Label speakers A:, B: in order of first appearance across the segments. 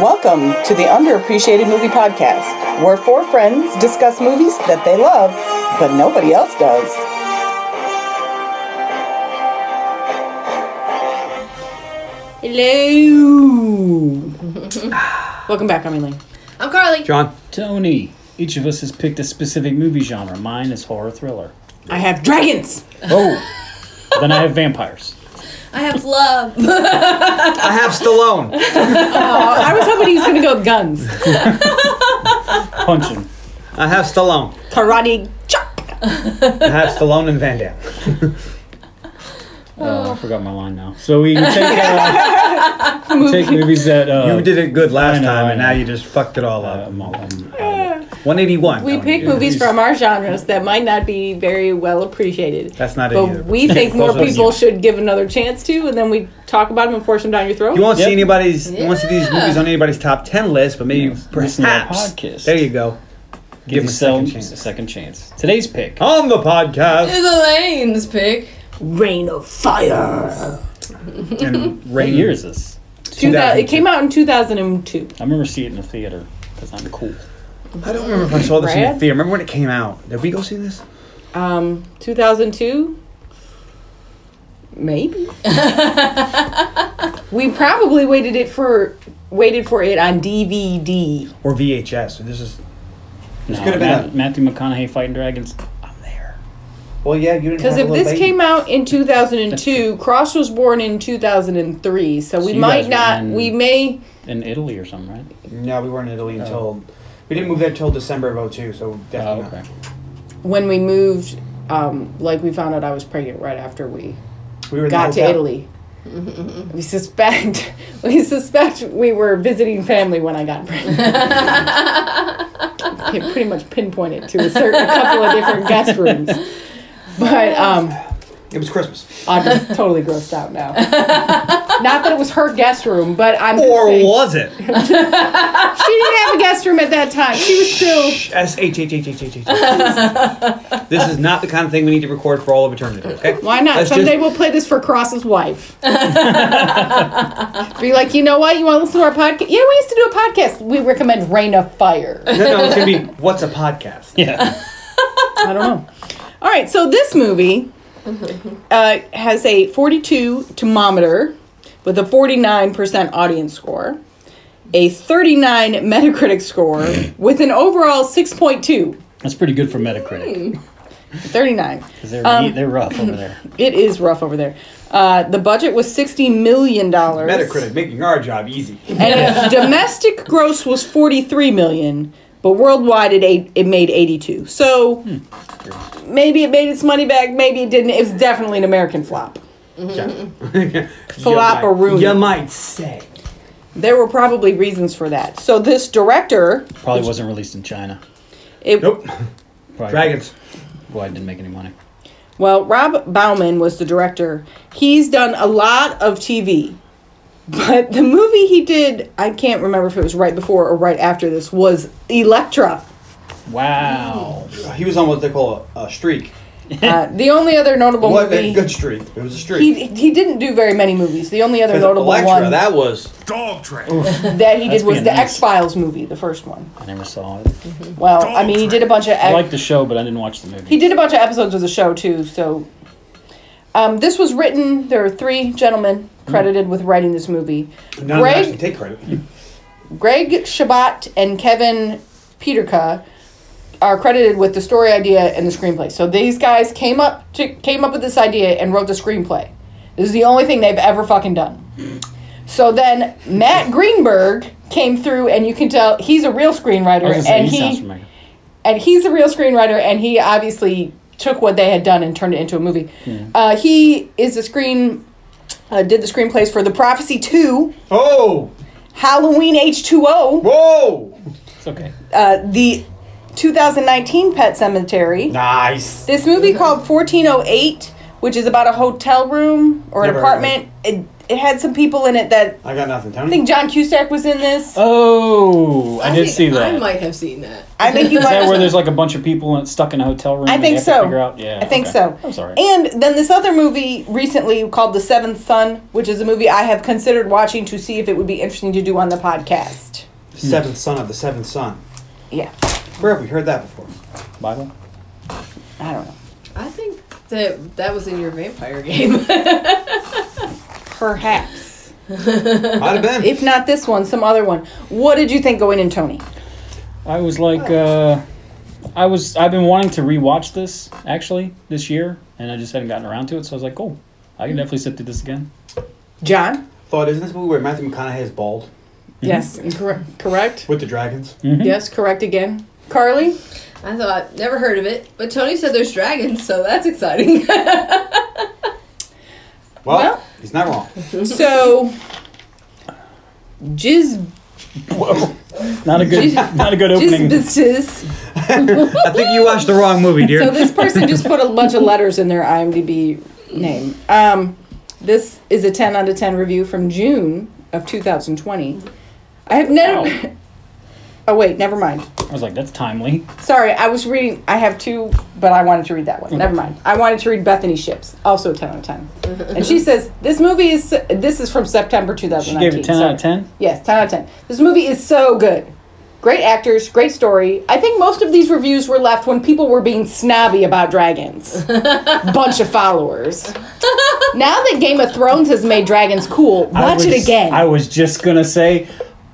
A: Welcome to the Underappreciated Movie Podcast, where four friends discuss movies that they love, but nobody else does. Hello. Welcome back, I'm Elaine.
B: I'm Oh, Carly.
C: John.
D: Tony. Each of us has picked a specific movie genre. Mine is horror thriller.
A: I have dragons.
D: Oh. then I have vampires.
B: I have love. I
C: I have Stallone.
A: Oh, I was hoping he was going to go with guns.
D: Punching.
C: I have Stallone.
A: Karate chop.
C: I have Stallone and Van Damme.
D: Uh, I forgot my line now. So we take, uh, we take movies that. Uh,
C: You did it good last
D: I know,
C: time, and now
D: I know.
C: you just fucked it all
D: Uh,
C: up.
D: I'm all- I'm uh, out of it.
C: 181.
A: We
C: Tony,
A: pick
C: dude.
A: movies from our genres that might not be very well appreciated.
C: That's not it
A: but
C: either.
A: we think more
C: Those are
A: people
C: you.
A: should give another chance to, and then we talk about them and force them down your throat.
C: You won't
D: Yep.
C: see anybody's. You won't see these movies on anybody's top ten list, but maybe
D: Yes. Listen to our
C: perhaps.
D: podcast.
C: There you go. Give them a second
D: yourself a
C: chance. Oh,
D: second chance. Today's pick.
C: On the podcast
B: Elaine's pick.
A: Rain of Fire.
C: and
D: What
C: rain
D: year is this?
A: Two thousand. It came out in two thousand and two.
D: I remember seeing it in the theater because I'm cool.
C: I don't remember if I saw this in
A: Brad?
C: the theater. Remember when it came out? Did we go see this?
A: Um, two thousand two. Maybe. we probably waited it for waited for it on DVD.
C: Or VHS? This is.
D: This
C: could have been a-
D: Matthew McConaughey fighting dragons. I'm there.
C: Well, yeah, you didn't.
A: Because if this came out in 2002, Cross was born in 2003, so we
D: So you guys
A: might
D: were
A: not.
D: in-
A: We may.
D: In Italy or something, right?
C: no, we weren't in Italy until we didn't move there until December of 02, So definitely.
D: Oh, okay.
A: when we moved, um, like we found out I was pregnant right after we
C: We were in the
A: got to
C: hotel.
A: Italy. We suspect we suspect we were visiting family when I got pregnant. It pretty much pinpointed to a certain a couple of different guest rooms. But um,
C: It was Christmas.
A: I'm just totally grossed out now. Not that it was her guest room, but I'm just
C: Or
A: saying-
C: was it?
A: she didn't have a guest room at that time. She was still
C: S H H H H H H. This is not the kind of thing we need to record for all of eternity. Okay.
A: why not?
C: Let's
A: Someday
C: just-
A: we'll play this for Cross's wife. Be like, you know what? You want to listen to our podcast? Yeah, we used to do a podcast. We recommend Rain of Fire.
C: No, no, it's gonna be what's a podcast?
D: Yeah.
A: I don't know. All right, so this movie uh, has a 42 thermometer with a 49% audience score, a 39 Metacritic score with an overall 6.2.
D: That's pretty good for Metacritic.
A: 39.
D: 'cause They're, they're rough over there.
A: It is rough over there. Uh, the budget was $60 million.
C: Metacritic making our job easy.
A: And its domestic gross was 43 million, but worldwide it ate, it made 82. So
C: Hmm.
A: maybe it made its money back, maybe it didn't. It was definitely an American flop. Flop-a-rooney.
C: You might say.
A: There were probably reasons for that. So this director,
D: Probably wasn't released in China.
A: it,
C: Nope.
D: Probably,
C: Dragons.
D: Well, I didn't make any money.
A: well, Rob Bauman was the director. He's done a lot of TV. But the movie he did, I can't remember if it was right before or right after this, was Electra.
D: Wow.
C: He was on what they call a, a streak.
A: Uh, the only other notable
C: What
A: movie.
C: a good streak. It was a streak.
A: he he didn't do very many movies. The only other
C: Because
A: notable
C: Electra,
A: one that,
C: that was
A: he
D: That's
A: did was
D: being
A: the
D: nice.
A: X Files movie, the first one.
D: I never saw it.
A: Well, I mean, he did a bunch of
D: I
A: ex-
D: liked the show, but I didn't watch the movie.
A: he did a bunch of episodes of the show too. So, um, this was written. There are three gentlemen credited with writing this movie:
C: none of them actually
A: Greg
C: take credit.
A: Greg Shabbat and Kevin Peterka are credited with the story idea and the screenplay. So these guys came up to came up with this idea and wrote the screenplay. This is the only thing they've ever fucking done. So then Matt Greenberg came through and you can tell he's a real
D: I was
A: screenwriter
D: gonna say,
A: and
D: he sounds
A: he
D: familiar.
A: and he's a real screenwriter and he obviously took what they had done and turned it into a movie uh, he is the screen uh, did the screenplays for the prophecy 2
C: Oh!
A: halloween h2o
C: Whoa!
D: It's okay.
A: uh, the 2019 pet cemetery
C: Nice.
E: oh
A: this movie called 1408 which is about a hotel room or an
C: Never heard of
A: apartment it,
E: it had some people in it that
C: I got nothing.
E: I
C: Tony.
E: think John Cusack was in this.
D: Oh, I, did
B: think
D: see that.
B: I
D: Is
B: might have seen that.
E: I think you might.
D: that where there's like a bunch of people and stuck in a hotel room?
E: I
D: and
E: think
D: they have
E: so.
D: To figure out? Yeah,
E: I think
D: okay.
E: so.
D: I'm sorry.
E: And then this other movie recently called The Seventh Son, which is a movie I have considered watching to see if it would be interesting to do on the podcast.
C: Seventh son of the seventh son.
E: Yeah,
C: Where have we heard that before?
D: Bible.
E: I don't know.
B: I think that that was in your vampire game.
E: Perhaps.
C: Might have been.
E: If not this one, some other one. What did you think going in, Tony?
D: I was like, uh, I was, I've been wanting to rewatch this actually this year, and I just hadn't gotten around to it. So I was like, cool, I
E: Mm.
D: can definitely sit through this again.
E: John?
C: Thought isn't this movie where Matthew McConaughey is bald
E: Yes. Cor- correct?
C: with the dragons?
E: Yes, correct again. Carly?
B: I thought never heard of it, but Tony said there's dragons, so that's exciting.
C: Well,
E: Well-
C: he's not wrong.
E: So, jizz,
D: Not a good,
E: Jeez.
D: not a good
E: jizz
D: opening.
E: business.
C: I think you watched the wrong movie, dear.
E: So this person just put a bunch of letters in their IMDb name. Um, this is a 10 out of 10 review from June of 2020. I have never.
D: Wow.
E: Oh wait, never mind.
D: I was like, that's timely.
E: Sorry, I was reading. I have two, but I wanted to read that one. Never mind. I wanted to read Bethany Ships, also 10 out of 10. And she says this movie is. This is from September
D: She
E: 2019.
D: gave it ten out of
E: Sorry.
D: ten.
E: Yes, 10 out of 10. This movie is so good. Great actors, great story. I think most of these reviews were left when people were being snobby about dragons. Bunch of followers. now that Game of Thrones has made dragons cool,
D: I
E: watch it
D: was-
E: again.
D: I was just gonna say,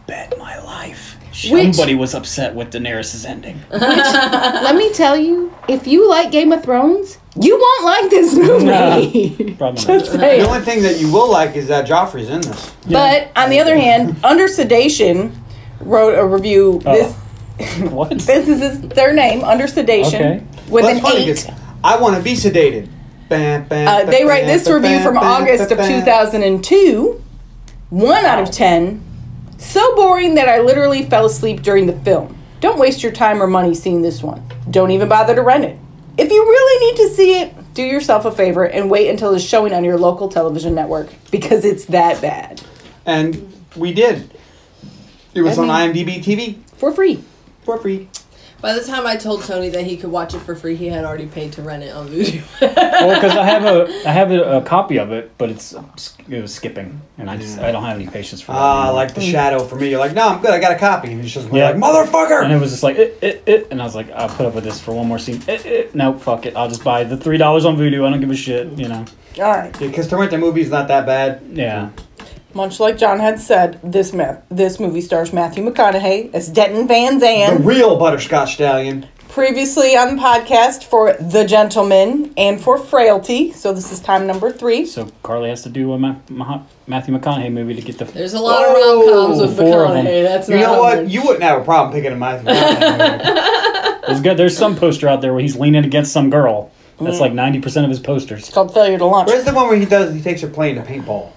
D: bet my life.
E: Which-
D: Somebody was upset with Daenerys' ending.
E: Let me tell you, if you like Game of Thrones, you won't like this movie.
D: Probably not.
E: Just saying.
C: the only thing that you will like is that Joffrey's in this.
E: But on the other hand, Under Sedation wrote a review. This
D: Oh. What?
E: this is his, their name, Under Sedation,
D: Okay.
E: with
C: Well,
E: an
C: that's funny
E: eight.
C: 'cause I want to be sedated. Bam, bam,
E: Uh,
C: bam,
E: they write
C: bam,
E: this
C: bam,
E: review
C: bam,
E: from
C: bam,
E: August of
C: bam, bam.
E: 2002. One out of 10. So boring that I literally fell asleep during the film. Don't waste your time or money seeing this one. Don't even bother to rent it. If you really need to see it, do yourself a favor and wait until it's showing on your local television network because it's that bad.
C: And we did. It was
E: I
C: on
E: mean-
C: IMDb TV
E: For free.
C: for free.
B: By the time I told Tony that he could watch it for free, he had already paid to rent it on Vudu.
D: well, because I have a I have a, a copy of it, but it's it was skipping, and I just I don't have any patience for that.
C: Ah,
D: anymore.
C: like
E: Mm.
C: the shadow for me. You're like, no, I'm good. I got a copy. And he's just
D: Yeah.
C: like, motherfucker.
D: and it was just like it, it, it, and I was like, I'll put up with this for one more scene. It, it, no, fuck it. I'll just buy the three dollars on Voodoo. I don't give a shit. You know.
E: All right.
C: Yeah, because to rent the movie's not that bad.
D: Yeah.
E: Much like John had said, this ma- this movie stars Matthew McConaughey as Denton Van
C: The
E: Zandt,
C: real butterscotch stallion.
E: previously on the podcast for The Gentleman and for Frailty. So this is time number three.
D: So Carly has to do a Ma- Ma- Matthew McConaughey movie to get the.
B: There's a lot of rom
C: Whoa,
B: coms with
D: four of them.
B: McConaughey. That's
C: You
B: not
C: know
B: on
C: what?
B: there.
C: You wouldn't have a problem picking a Matthew. McConaughey.
D: There's good. There's some poster out there where he's leaning against some girl.
E: Mm.
D: That's like ninety percent of his posters.
E: It's called Failure to Launch.
C: Where's the one where he does? He takes a plane to paintball.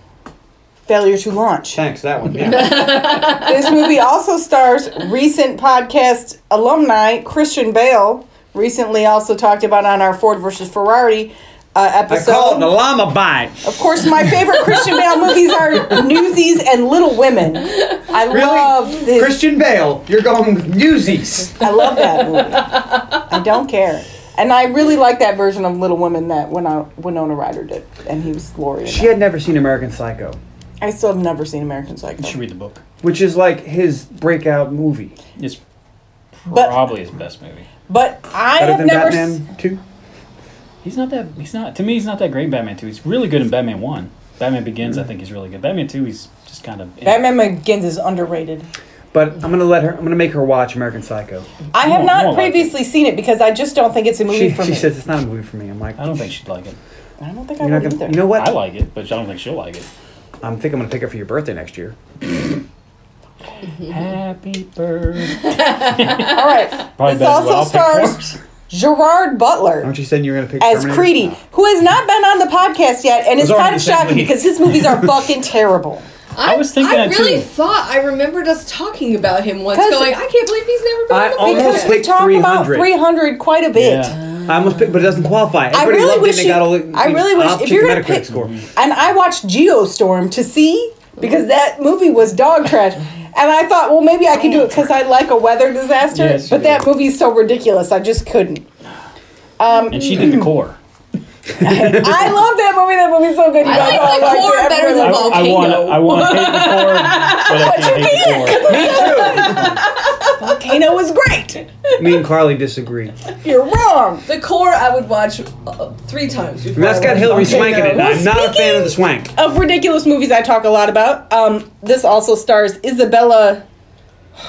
E: Failure to Launch.
C: Thanks that one. Yeah.
E: this movie also stars recent podcast alumni Christian Bale, recently also talked about on our Ford versus Ferrari uh,
C: I
E: episode.
C: call it the llama bite.
E: Of course, my favorite Christian Bale movies are Newsies and Little Women. I
C: Really?
E: love this.
C: Christian Bale, you're going with Newsies.
E: I love that movie. I don't care. And I really like that version of Little Women that when I Winona Ryder did, and he was glorious.
C: She had never seen American Psycho,
E: I still have never seen American Psycho.
D: You should read the book.
C: which is like his breakout movie.
D: It's
E: But-
D: probably his best movie.
E: But I
C: Better
E: have
C: than
E: never. s-
C: Batman Two.
D: He's not that. He's not. To me, he's not that great. in Batman Two. He's really good in Batman One. Batman Begins. I think he's really good. Batman Two. He's just kind of.
E: Mm.
D: eh.
E: Batman Begins is underrated.
C: But I'm gonna let her. I'm gonna make her watch American Psycho.
E: I have
D: won't- you
E: not
D: won't like it.
E: previously seen it because I just don't think it's a movie
C: She,
E: for
C: she
E: me.
C: says it's not a movie for me. I'm like,
D: I don't think she'd like it.
E: I don't think I
C: you're not
E: would
C: gonna,
E: either.
C: you know what?
D: I like it, but I don't think she'll like it.
C: I'm think I'm gonna pick her for your birthday next year.
D: Happy birthday.
E: All right. this also stars Gerard Butler
C: Aren't you saying you're gonna pick
E: as
C: Terminator?
E: Creedy, who has not been on the podcast yet, and it's
C: already
E: kind of
C: the same
E: shocking
C: week.
E: because his movies are fucking terrible.
D: I was thinking
B: I
D: that
B: really
D: too.
B: thought I remembered us talking about him once,
E: 'Cause-
B: going, I can't believe he's never been
C: I
B: on the
C: almost
E: Because
B: podcast.
E: we
C: picked
E: talk about
C: 300.
E: 300 quite a bit.
D: Yeah.
C: I almost picked, but it doesn't qualify. Everybody
E: really
C: loved it
E: wish
C: and it
E: you-
C: got all the-
E: I really wish-
C: I'll
E: if
C: check
E: you're
C: the
E: gonna
C: Metacritic
E: pick-
C: score.
E: And I watched Geostorm to see because that movie was dog trash. And I thought, well, maybe I could do it because I like a weather disaster.
D: Yes, you
E: but that
D: did.
E: movie's so ridiculous, I just couldn't.
D: and she did the core.
E: I love that movie. That movie's so good. You
B: I
E: guys all
B: like the
E: liked it. Everyone
B: core better than
E: liked
D: I,
E: it.
D: I want I want to hate the core, but I can't hate the core.
E: Volcano was great.
C: Me and Carly disagree.
E: You're wrong.
B: The core I would watch uh, three times before.
C: And that's
B: I
C: got
B: watched
C: Hillary
B: Volcano.
C: swanking it. and I'm not a fan of the swank.
E: Of ridiculous movies I talk a lot about, um, this also stars Isabella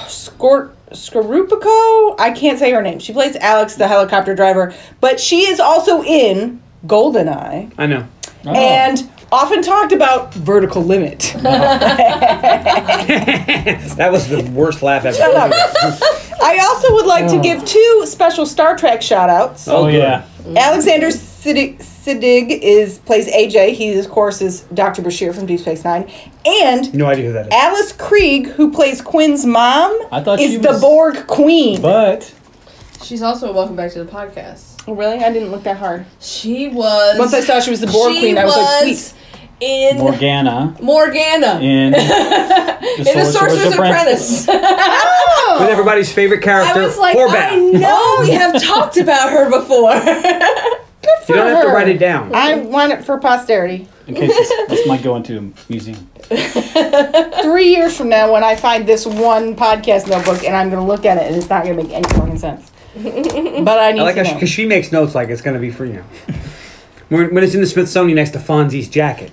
E: Scor- Scorupico. I can't say her name. She plays Alex, the helicopter driver, but she is also in Goldeneye
C: I know.
D: Oh.
E: and often talked about Vertical Limit.
C: That was the worst laugh ever.
E: Shut up. I also would like to give two special Star Trek shout outs.
D: oh
C: good.
D: yeah,
E: Alexander Siddig, Siddig is plays AJ. He of course is Dr. Bashir from Deep Space Nine, and
C: No idea who that is.
E: Alice Krieg, who plays Quinn's mom,
D: I thought
E: is
D: she
E: the
D: was-
E: Borg Queen.
D: but
B: She's also a welcome back to the podcast.
E: Oh, really? I didn't look that hard.
B: She was.
E: Once I saw she was the Borg
B: she
E: Queen, I was like, sweet.
B: in
D: Morgana
B: Morgana.
D: in the,
B: in The Sorcerer's Apprentice.
E: Oh.
C: With everybody's favorite
B: I
C: character,
B: was like,
C: Horvath.
B: I know we have talked about her before.
C: You don't have to
E: her.
C: write it down.
E: I want it for posterity.
D: In case this, this might go into a museum.
E: Three years from now, when I find this one podcast notebook and I'm going to look at it and it's not going to make any fucking sense. But I need
C: I like
E: to
C: how she,
E: know.
C: cause she makes notes like it's gonna be free now. When, when it's in the Smithsonian next to Fonzie's jacket.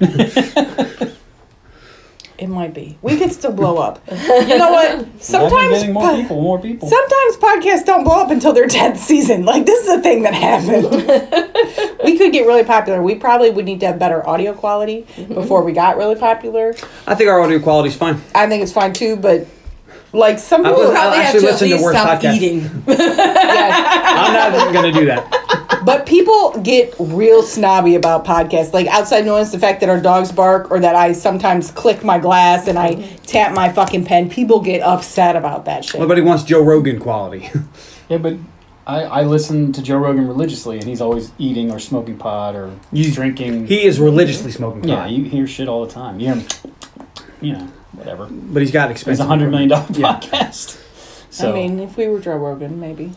E: it might be. We could still blow up. You know what?
D: Why are we
E: Sometimes.
D: getting more people, more people.
E: Sometimes podcasts don't blow up until their 10th season. Like, this is a thing that happens. we could get really popular. We probably would need to have better audio quality before we got really popular.
C: I think our audio quality's fine.
E: I think it's fine too, but like some
C: I
E: people
C: was-
E: have,
B: Probably
C: I'll
B: have
C: actually
B: to at
C: listen to
B: least
C: worse
B: stop
C: podcasts.
B: eating.
E: yes.
C: I'm not even gonna do that.
E: but people get real snobby about podcasts. Like, outside noise, the fact that our dogs bark or that I sometimes click my glass and I tap my fucking pen, people get upset about that shit.
C: Nobody wants Joe Rogan quality.
D: yeah, but I, I listen to Joe Rogan religiously, and he's always eating or smoking pot or
C: He's-
D: drinking.
C: He is religiously smoking pot,
D: yeah, you hear shit all the time. You hear him, you know, whatever.
C: but he's got expensive.
D: It's a hundred million dollar
C: Yeah.
D: podcast. So
E: I mean, if we were Joe Rogan, maybe.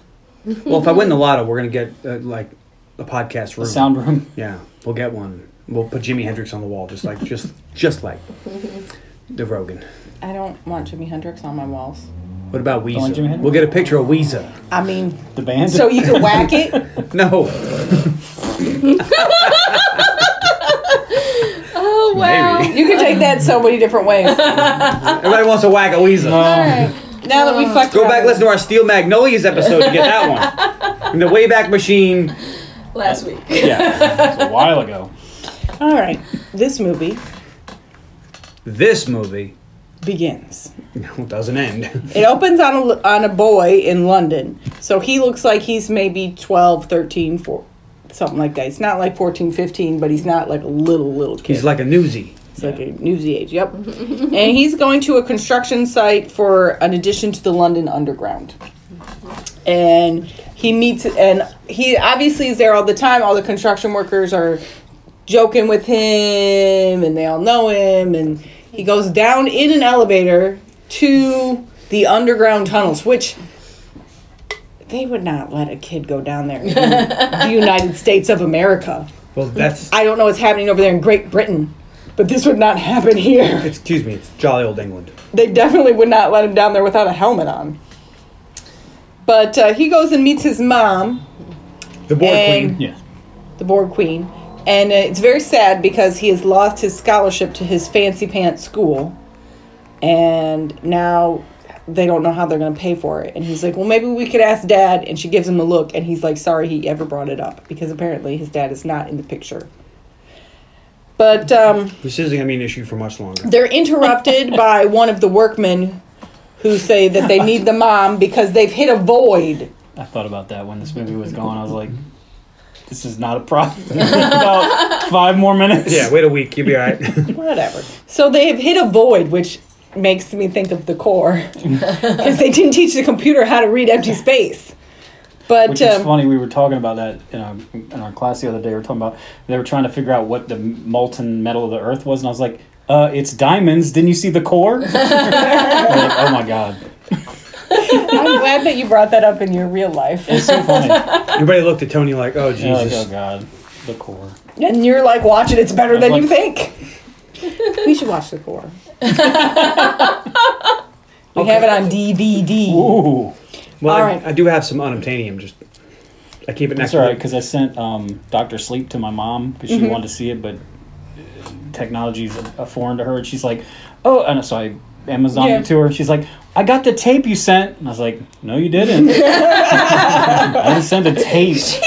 C: Well, if I win the lotto, we're gonna get uh, like a podcast room.
D: the sound room.
C: Yeah, we'll get one. We'll put Jimi Hendrix on the wall, just like just just like the Rogan.
E: I don't want Jimi Hendrix on my walls.
C: What about
D: want Jimi
C: Weezer?
D: Hendrix?
C: We'll get a picture of Weezer.
E: I mean,
D: The band.
E: so you can whack it.
C: No,
B: Oh wow.
C: maybe.
E: You can take that so many different ways.
C: Everybody wants to whack a Weezer.
E: Now that we fucked it
C: Go
E: up.
C: back, listen to our Steel Magnolias episode to get that one. And the Wayback Machine.
B: Last week.
D: yeah, it was a while ago.
E: All right, this movie
C: This movie
E: begins.
C: no, doesn't end.
E: It opens on a, on a boy in London. So he looks like he's maybe 12, 13, 4, something like that. He's not like 14, 15, but he's not like a little, little kid.
C: He's like a newsie.
E: It's like a newsy age, yep. and he's going to a construction site for an addition to the London Underground. And he meets, and he obviously is there all the time. All the construction workers are joking with him, and they all know him. And he goes down in an elevator to the underground tunnels, which they would not let a kid go down there in the United States of America.
C: Well, that's.
E: I don't know what's happening over there in Great Britain, but this would not happen here.
C: Excuse me, it's jolly old England.
E: They definitely would not let him down there without a helmet on. But uh, he goes and meets his mom,
C: The Board
E: And-
C: Queen.
D: Yeah,
E: the Borg Queen, and uh, it's very sad because he has lost his scholarship to his fancy pants school, and now they don't know how they're going to pay for it. And he's like, "Well, maybe we could ask Dad." And she gives him a look, and he's like, "Sorry, he ever brought it up because apparently his dad is not in the picture." But um,
C: This isn't going to be an issue for much longer.
E: they're interrupted by one of the workmen who say that they need the mom because they've hit a void.
D: I thought about that when this movie was going. I was like, this is not a problem. About five more minutes.
C: Yeah, wait a week, you'll be alright.
E: Whatever. So they have hit a void, which makes me think of the core because they didn't teach the computer how to read empty space. But,
D: which is
E: um,
D: funny. We were talking about that in our in our class the other day. We were talking about they were trying to figure out what the molten metal of the Earth was, and I was like, uh, "It's diamonds." Didn't you see the core? Like, oh my god,
E: I'm glad that you brought that up in your real life.
D: it's so funny. You're
C: Everybody looked at Tony like, oh,
D: like,
C: Jesus.
D: oh god, the core.
E: And you're like, watch it, it's better than you
D: Like-
E: think. we should watch the core. we have it on DVD.
D: Ooh,
C: Well,
E: All
C: I,
E: right.
C: I do have some unobtainium. Just I keep it next
D: that's
C: to
D: all right
C: me.
D: because I sent um, Doctor Sleep to my mom because
E: Mm-hmm.
D: she wanted to see it, but uh, technology's a, a foreign to her, and she's like, "Oh," and so I Amazon
E: Yeah.
D: it to her. She's like, "I got the tape you sent," and I was like, "No, you didn't. I didn't send a tape."
B: she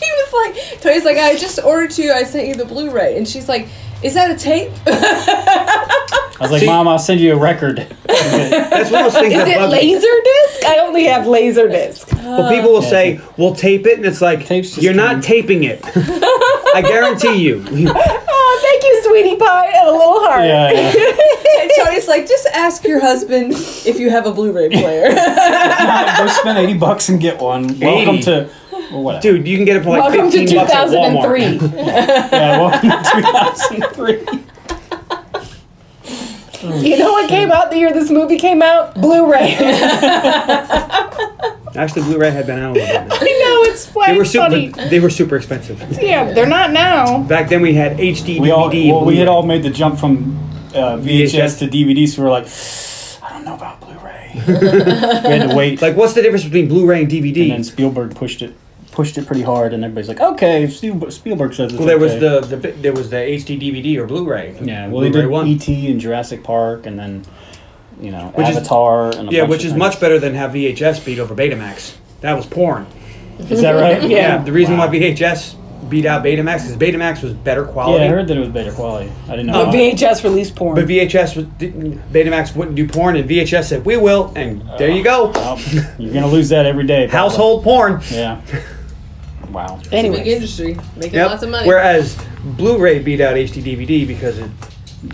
B: was like, Tony's like, I just ordered you. I sent you the Blu-ray, and she's like, Is that a tape?
D: I was like,
C: See-
D: "Mom, I'll send you a record."
C: That's one of those things
E: Is
C: that
E: it
C: bug me.
E: laser disc? I only have laser disc.
C: Well, people will say, "We'll tape it," and it's like
D: Tape's just
C: you're not taping
D: kidding.
C: it. I guarantee you.
E: Oh, thank you, sweetie pie, and a little heart.
D: yeah, yeah.
B: and Tony's like, Just ask your husband if you have a Blu-ray player.
D: Go spend eighty bucks and get one. Welcome
C: 80.
D: to well, whatever.
C: Dude, you can get it for like
E: Welcome to
C: 15 bucks at Walmart.
E: 2003.
D: Yeah, welcome to two thousand three.
E: you know what came out the year this movie came out? Blu-ray. I
C: Actually, Blu-ray had been out a little bit.
E: know it's
C: They were
E: flat
C: super.
E: funny.
C: They were super expensive.
E: Yeah, they're not now.
C: Back then, we had HD
D: We all
C: DVD.
D: well, we had
C: Blu-ray.
D: all made the jump from uh, VHS,
C: VHS.
D: to DVD, so we were like, I don't know about Blu-ray. we had to wait,
C: Like, what's the difference between Blu-ray and DVD?
D: and then Spielberg pushed it, pushed it pretty hard, and everybody's like, okay, Spielberg, Spielberg says it's
C: well, there was
D: okay."
C: the, the bi- there was the HD DVD or Blu-ray.
D: yeah, well, they
C: Blu-ray
D: did ET and Jurassic Park, and then you know
C: Which is-
D: Avatar, and a
C: Yeah,
D: bunch
C: which
D: of
C: is
D: things.
C: much better than have VHS beat over Betamax. That was porn.
D: Is that right?
E: Yeah.
C: Yeah, the reason
D: Wow.
C: why VHS beat out Betamax is Betamax was better
D: Yeah,
C: quality.
D: Oh, I heard that it was better quality. I didn't
C: Uh,
D: know.
E: But VHS released porn.
C: Uh-huh. But VHS was, didn't- Betamax wouldn't do porn, and VHS said we will, and there you go,
D: Oh, you're gonna lose that every day. probably.
C: household porn.
D: Yeah. Wow.
B: Big
E: Anyways.
B: industry, making
C: Yep.
B: lots of money.
C: Whereas Blu-ray beat out HD DVD because it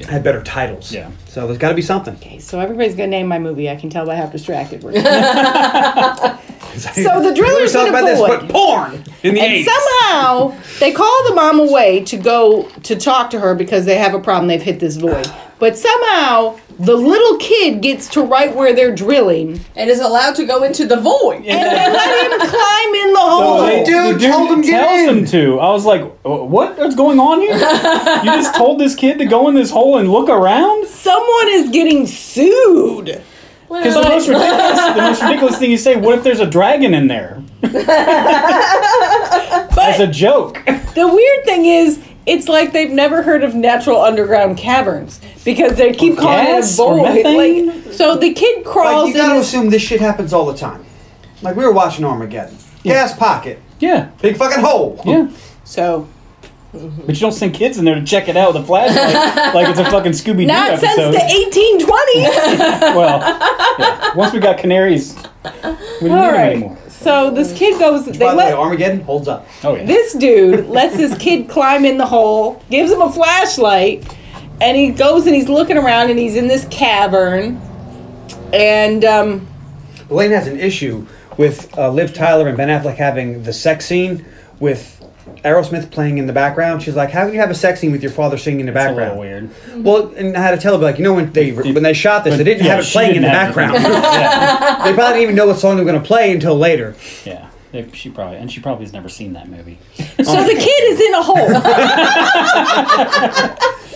C: had better titles.
D: Yeah.
C: So there's got to be something.
E: Okay, so everybody's gonna name my movie. I can tell by how distracted we're. so the
C: We were
E: driller's
C: talking
E: been
C: about this, but
E: employed,
C: porn in the
E: and
C: eighties.
E: somehow they call the mom away to go to talk to her because they have a problem. They've hit this void, but somehow the little kid gets to right where they're drilling,
B: and is allowed to go into the void.
E: and they let him climb in the hole.
C: the Oh, dude told him get
D: tells
C: in.
D: him to. I was like, "Wh- what is going on here? you just told this kid to go in this hole and look around?
E: Someone is getting sued.
D: Because the, most ridiculous- the most ridiculous thing you say, what if there's a dragon in there? As a joke.
E: The weird thing is, it's like they've never heard of natural underground caverns because they keep calling it a
D: gas or
E: bowl.
D: methane?
E: Like, so the kid crawls
C: Like, you
E: in.
C: gotta
E: his-
C: assume this shit happens all the time. Like we were watching Armageddon. Gas pocket.
D: Yeah.
C: Big fucking hole.
D: Yeah.
E: So
D: But you don't send kids in there to check it out with a flashlight like it's a fucking Scooby Doo
E: not since
D: episode.
E: the 1820s.
D: well, yeah. once we got canaries, we didn't need
E: All
D: them
E: right.
D: anymore.
E: So this kid goes. They
C: By the way,
E: let
C: Armageddon holds up.
D: Oh, yeah.
E: this dude lets this kid climb in the hole, gives him a flashlight, and he goes and he's looking around and he's in this cavern, and um,
C: Elaine has an issue with uh, Liv Tyler and Ben Affleck having the sex scene with Aerosmith playing in the background. She's like, "How can you have a sex scene with your father singing in the
D: That's a
C: background?"
D: little weird.
C: Well, and I had to tell her, like, you know, when they when they shot this, they didn't
D: Yeah,
C: have it
D: she
C: playing in
D: didn't
C: the
D: have it.
C: background.
D: yeah.
C: they probably didn't even know what song they were going to play until later.
D: Yeah, they, she probably and she probably has never seen that movie.
E: so the kid is in a hole.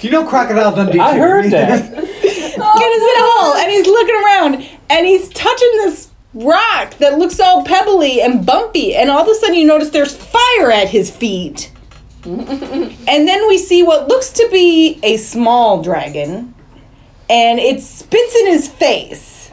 C: Do you know Crocodile Dundee?
D: I
C: too?
D: heard that.
E: kid is in a hole and he's looking around and he's touching this rock that looks all pebbly and bumpy and all of a sudden you notice there's fire at his feet and then we see what looks to be a small dragon and it spits in his face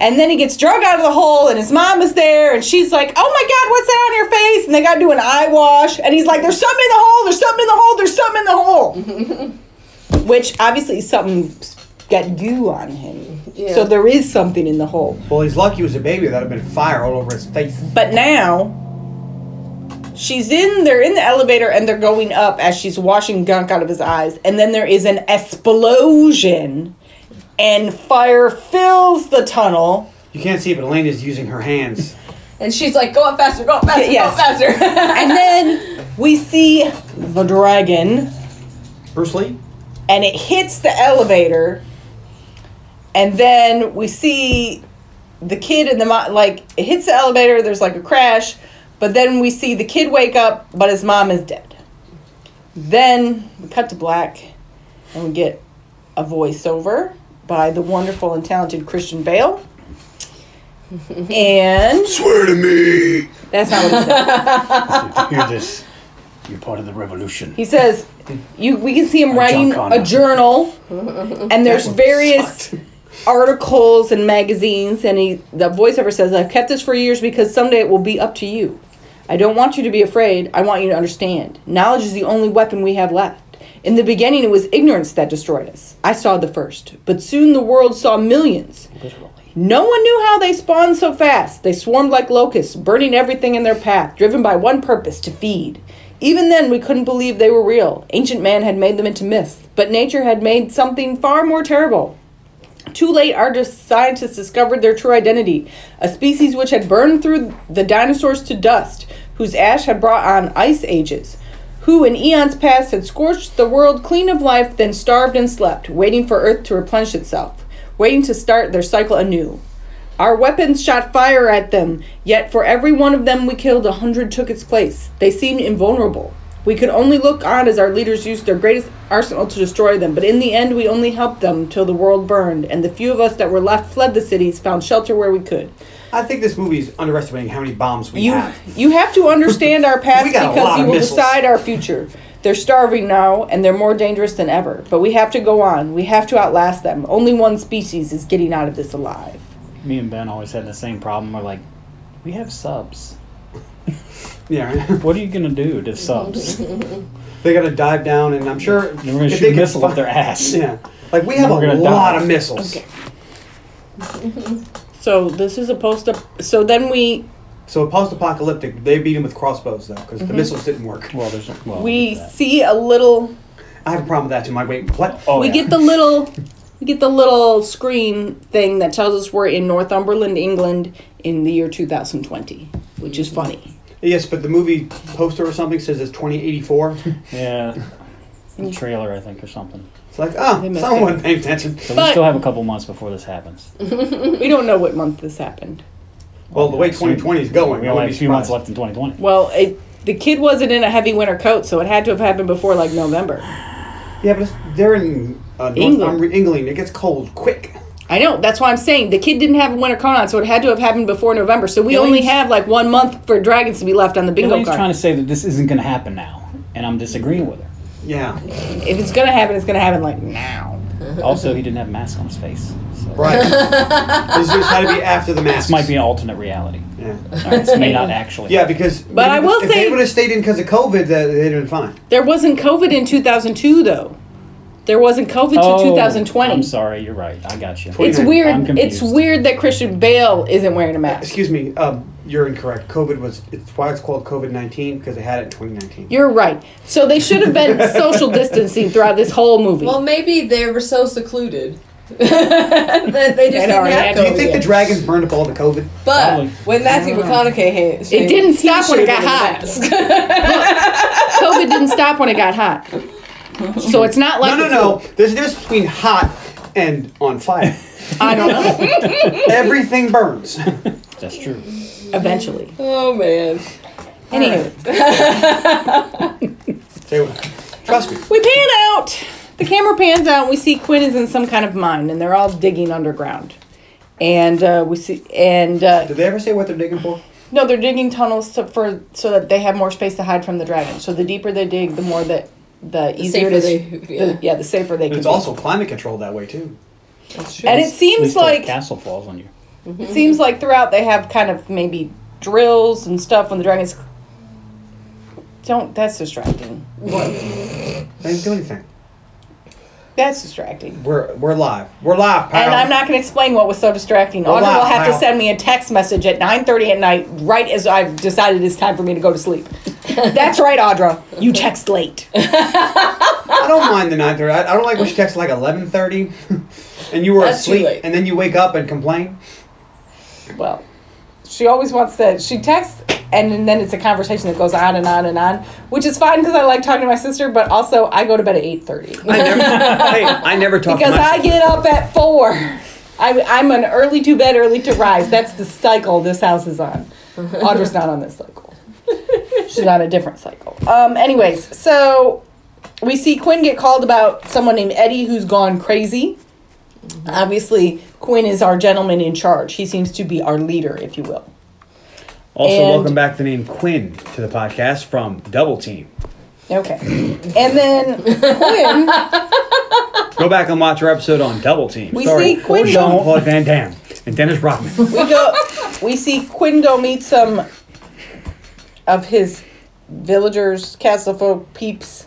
E: and then he gets dragged out of the hole and his mom is there and she's like oh my god what's that on your face and they gotta do an eye wash and he's like there's something in the hole there's something in the hole there's something in the hole which obviously something got goo on him.
B: Yeah.
E: So there is something in the hole.
C: Well, he's lucky he was a baby. That'd have been fire all over his face.
E: But now she's in they're in the elevator and they're going up as she's washing gunk out of his eyes and then there is an explosion and fire fills the tunnel.
C: You can't see, but Elaine is using her hands
B: And she's like, go up faster, go up faster,
A: Yes.
B: go up faster.
A: And then we see the dragon
C: Bruce Lee?
A: and it hits the elevator. And then we see the kid in the mo- like it hits the elevator, there's like a crash, but then we see the kid wake up, but his mom is dead. Then we cut to black and we get a voiceover by the wonderful and talented Christian Bale. and
C: Swear to me!
A: that's not what he said.
D: Hear this. You're part of the revolution.
A: He says, "You." We can see him writing
D: John Connor.
A: a journal, and there's various articles and magazines. And he, the voiceover says, "I've kept this for years because someday it will be up to you. I don't want you to be afraid. I want you to understand. Knowledge is the only weapon we have left. In the beginning, it was ignorance that destroyed us. I saw the first, but soon the world saw millions. No one knew how they spawned so fast. They swarmed like locusts, burning everything in their path, driven by one purpose to feed. Even then, we couldn't believe they were real. Ancient man had made them into myths, but nature had made something far more terrible. Too late, our dis- scientists discovered their true identity a species which had burned through the dinosaurs to dust, whose ash had brought on ice ages, who in eons past had scorched the world clean of life, then starved and slept, waiting for Earth to replenish itself, waiting to start their cycle anew. Our weapons shot fire at them, yet for every one of them we killed, a hundred took its place. They seemed invulnerable. We could only look on as our leaders used their greatest arsenal to destroy them, but in the end we only helped them till the world burned, and the few of us that were left fled the cities, found shelter where we could.
C: I think this movie's underestimating how many bombs we
A: You
C: have.
A: you have to understand our past
C: We got a
A: because
C: lot
A: you
C: of
A: will
C: missiles.
A: decide our future. They're starving now and they're more dangerous than ever. But we have to go on. We have to outlast them. Only one species is getting out of this alive.
D: Me and Ben always had the same problem. We're like, we have subs.
C: Yeah, right?
D: What are you gonna do to subs? They're
C: they gotta dive down, and I'm sure if
D: gonna
C: they
D: shoot
C: could
D: missiles
C: fi-
D: up their ass.
C: Yeah, like we have a
D: We're gonna
C: lot
D: die.
C: of missiles.
A: So this is a post up so then we
C: So post-apocalyptic, they beat him with crossbows though, because
A: Mm-hmm.
C: the missiles didn't work.
D: Well, there's well,
A: we
D: there's that.
A: see a little
C: I have a problem with that too. My wait, what?
D: Oh,
A: we
D: yeah.
A: get the little we get the little screen thing that tells us we're in Northumberland, England in the year 2020, which is funny.
C: Yes, but the movie poster or something says it's 2084.
D: yeah.
A: Mm.
D: The trailer, I think, or something.
C: It's like, oh,
A: They missed
C: someone paid attention.
D: So
A: But-
D: we still have a couple months before this happens.
A: We don't know what month this happened.
C: Well, the way
D: Yeah, so
C: 2020 is going,
D: We
C: I wouldn't
D: only have
C: be
D: a few months
C: surprised.
D: left in 2020.
A: Well, it, the kid wasn't in a heavy winter coat, so it had to have happened before like November.
C: Yeah, but it's, they're in uh, North
A: England.
C: England. England. It gets cold quick.
A: I know. That's why I'm saying the kid didn't have a winter coat on, so it had to have happened before November. So we only
D: Elaine's-
A: have like one month for dragons to be left on the bingo
D: Elaine's
A: card.
D: trying to say that this isn't gonna happen now, and I'm disagreeing with her.
C: Yeah,
A: if it's gonna happen, it's gonna happen like now.
D: Also, he didn't have a mask on his face. So
C: right. this just had to be after the mask.
D: This might be an alternate reality.
C: Yeah,
D: All right, this may not actually.
C: yeah, because.
A: But I will
C: if
A: say-
C: they would have stayed in because of COVID, that they'd have been fine.
A: There wasn't COVID in 2002 though. There wasn't COVID
D: Oh,
A: to 2020.
D: I'm sorry, you're right. I got you.
A: It's
C: I'm
A: weird. It's
D: confused.
A: weird that Christian Bale isn't wearing a mask.
C: Excuse me, um, you're incorrect. COVID was. It's why it's called COVID 19 because they had it in 2019.
A: You're right. So they should have been social distancing throughout this whole movie.
B: well, maybe they were so secluded that they just
A: They'd
B: didn't
A: already
B: have
A: had
C: Do you
B: COVID.
C: think the dragons burned up all the COVID?
B: But
D: Probably.
B: when Matthew McConaughey hit,
A: It didn't stop when it got hot. COVID didn't stop when it got hot. So it's not like
C: No, no, no. There's a difference between hot and on fire.
A: I don't know.
C: Everything burns.
D: That's true.
A: Eventually.
B: Oh man,
A: Anywho,
C: Say what- Trust me.
A: we pan out. The camera pans out. And we see Quinn is in some kind of mine, and they're all digging underground. And uh, we see, and uh,
C: Did they ever say what they're digging for?
A: no, they're digging tunnels to, for so that they have more space to hide from the dragon. So the deeper they dig, the more that the easier
B: safer
A: it is.
B: they-
A: the- yeah. the safer they
C: And
A: can.
C: it's
A: be.
C: also climate controlled that way too.
B: that's true.
A: and it
D: At
A: seems
D: least till
A: like
D: castle falls on you.
A: It seems like throughout they have kind of maybe drills and stuff when the dragons don't that's distracting
C: They didn't do anything.
A: that's distracting
C: We're we're live. We're live. Pal.
A: and i'm not going to explain what was so distracting audrey
C: Oh, wow,
A: will have to
C: wow.
A: send me a text message at 9.30 at night right as i've decided it's time for me to go to sleep that's right audra you text late
C: I don't mind the nine thirty. I, I don't like when she texts like eleven thirty, and you were
B: That's too
C: asleep,
B: late.
C: and then you wake up and complain.
A: well
E: She always wants to. She texts, and then it's a conversation that goes on and on and on, which is fine because I like talking to my sister. But also, I go to bed at eight thirty.
C: I never, hey, I never talk
E: Because
C: to my
E: I
C: sister.
E: get up at four. I, I'm an early to bed, early to rise. That's the cycle this house is on. Audra's not on this cycle. She's on a different cycle. Um. Anyways, so we see Quinn get called about someone named Eddie who's gone crazy. Obviously, Quinn is our gentleman in charge. He seems to be our leader, if you will.
C: Also,
E: and-
C: welcome back the name Quinn to the podcast from Double Team.
E: Okay. And then Quinn,
C: Go back and watch our episode on Double Team.
E: We
C: Sorry,
E: see Quinn-
C: Jean Claude Van Damme and Dennis Rodman.
E: we go. We see Quinn go meet some of his villagers, castle folk, peeps,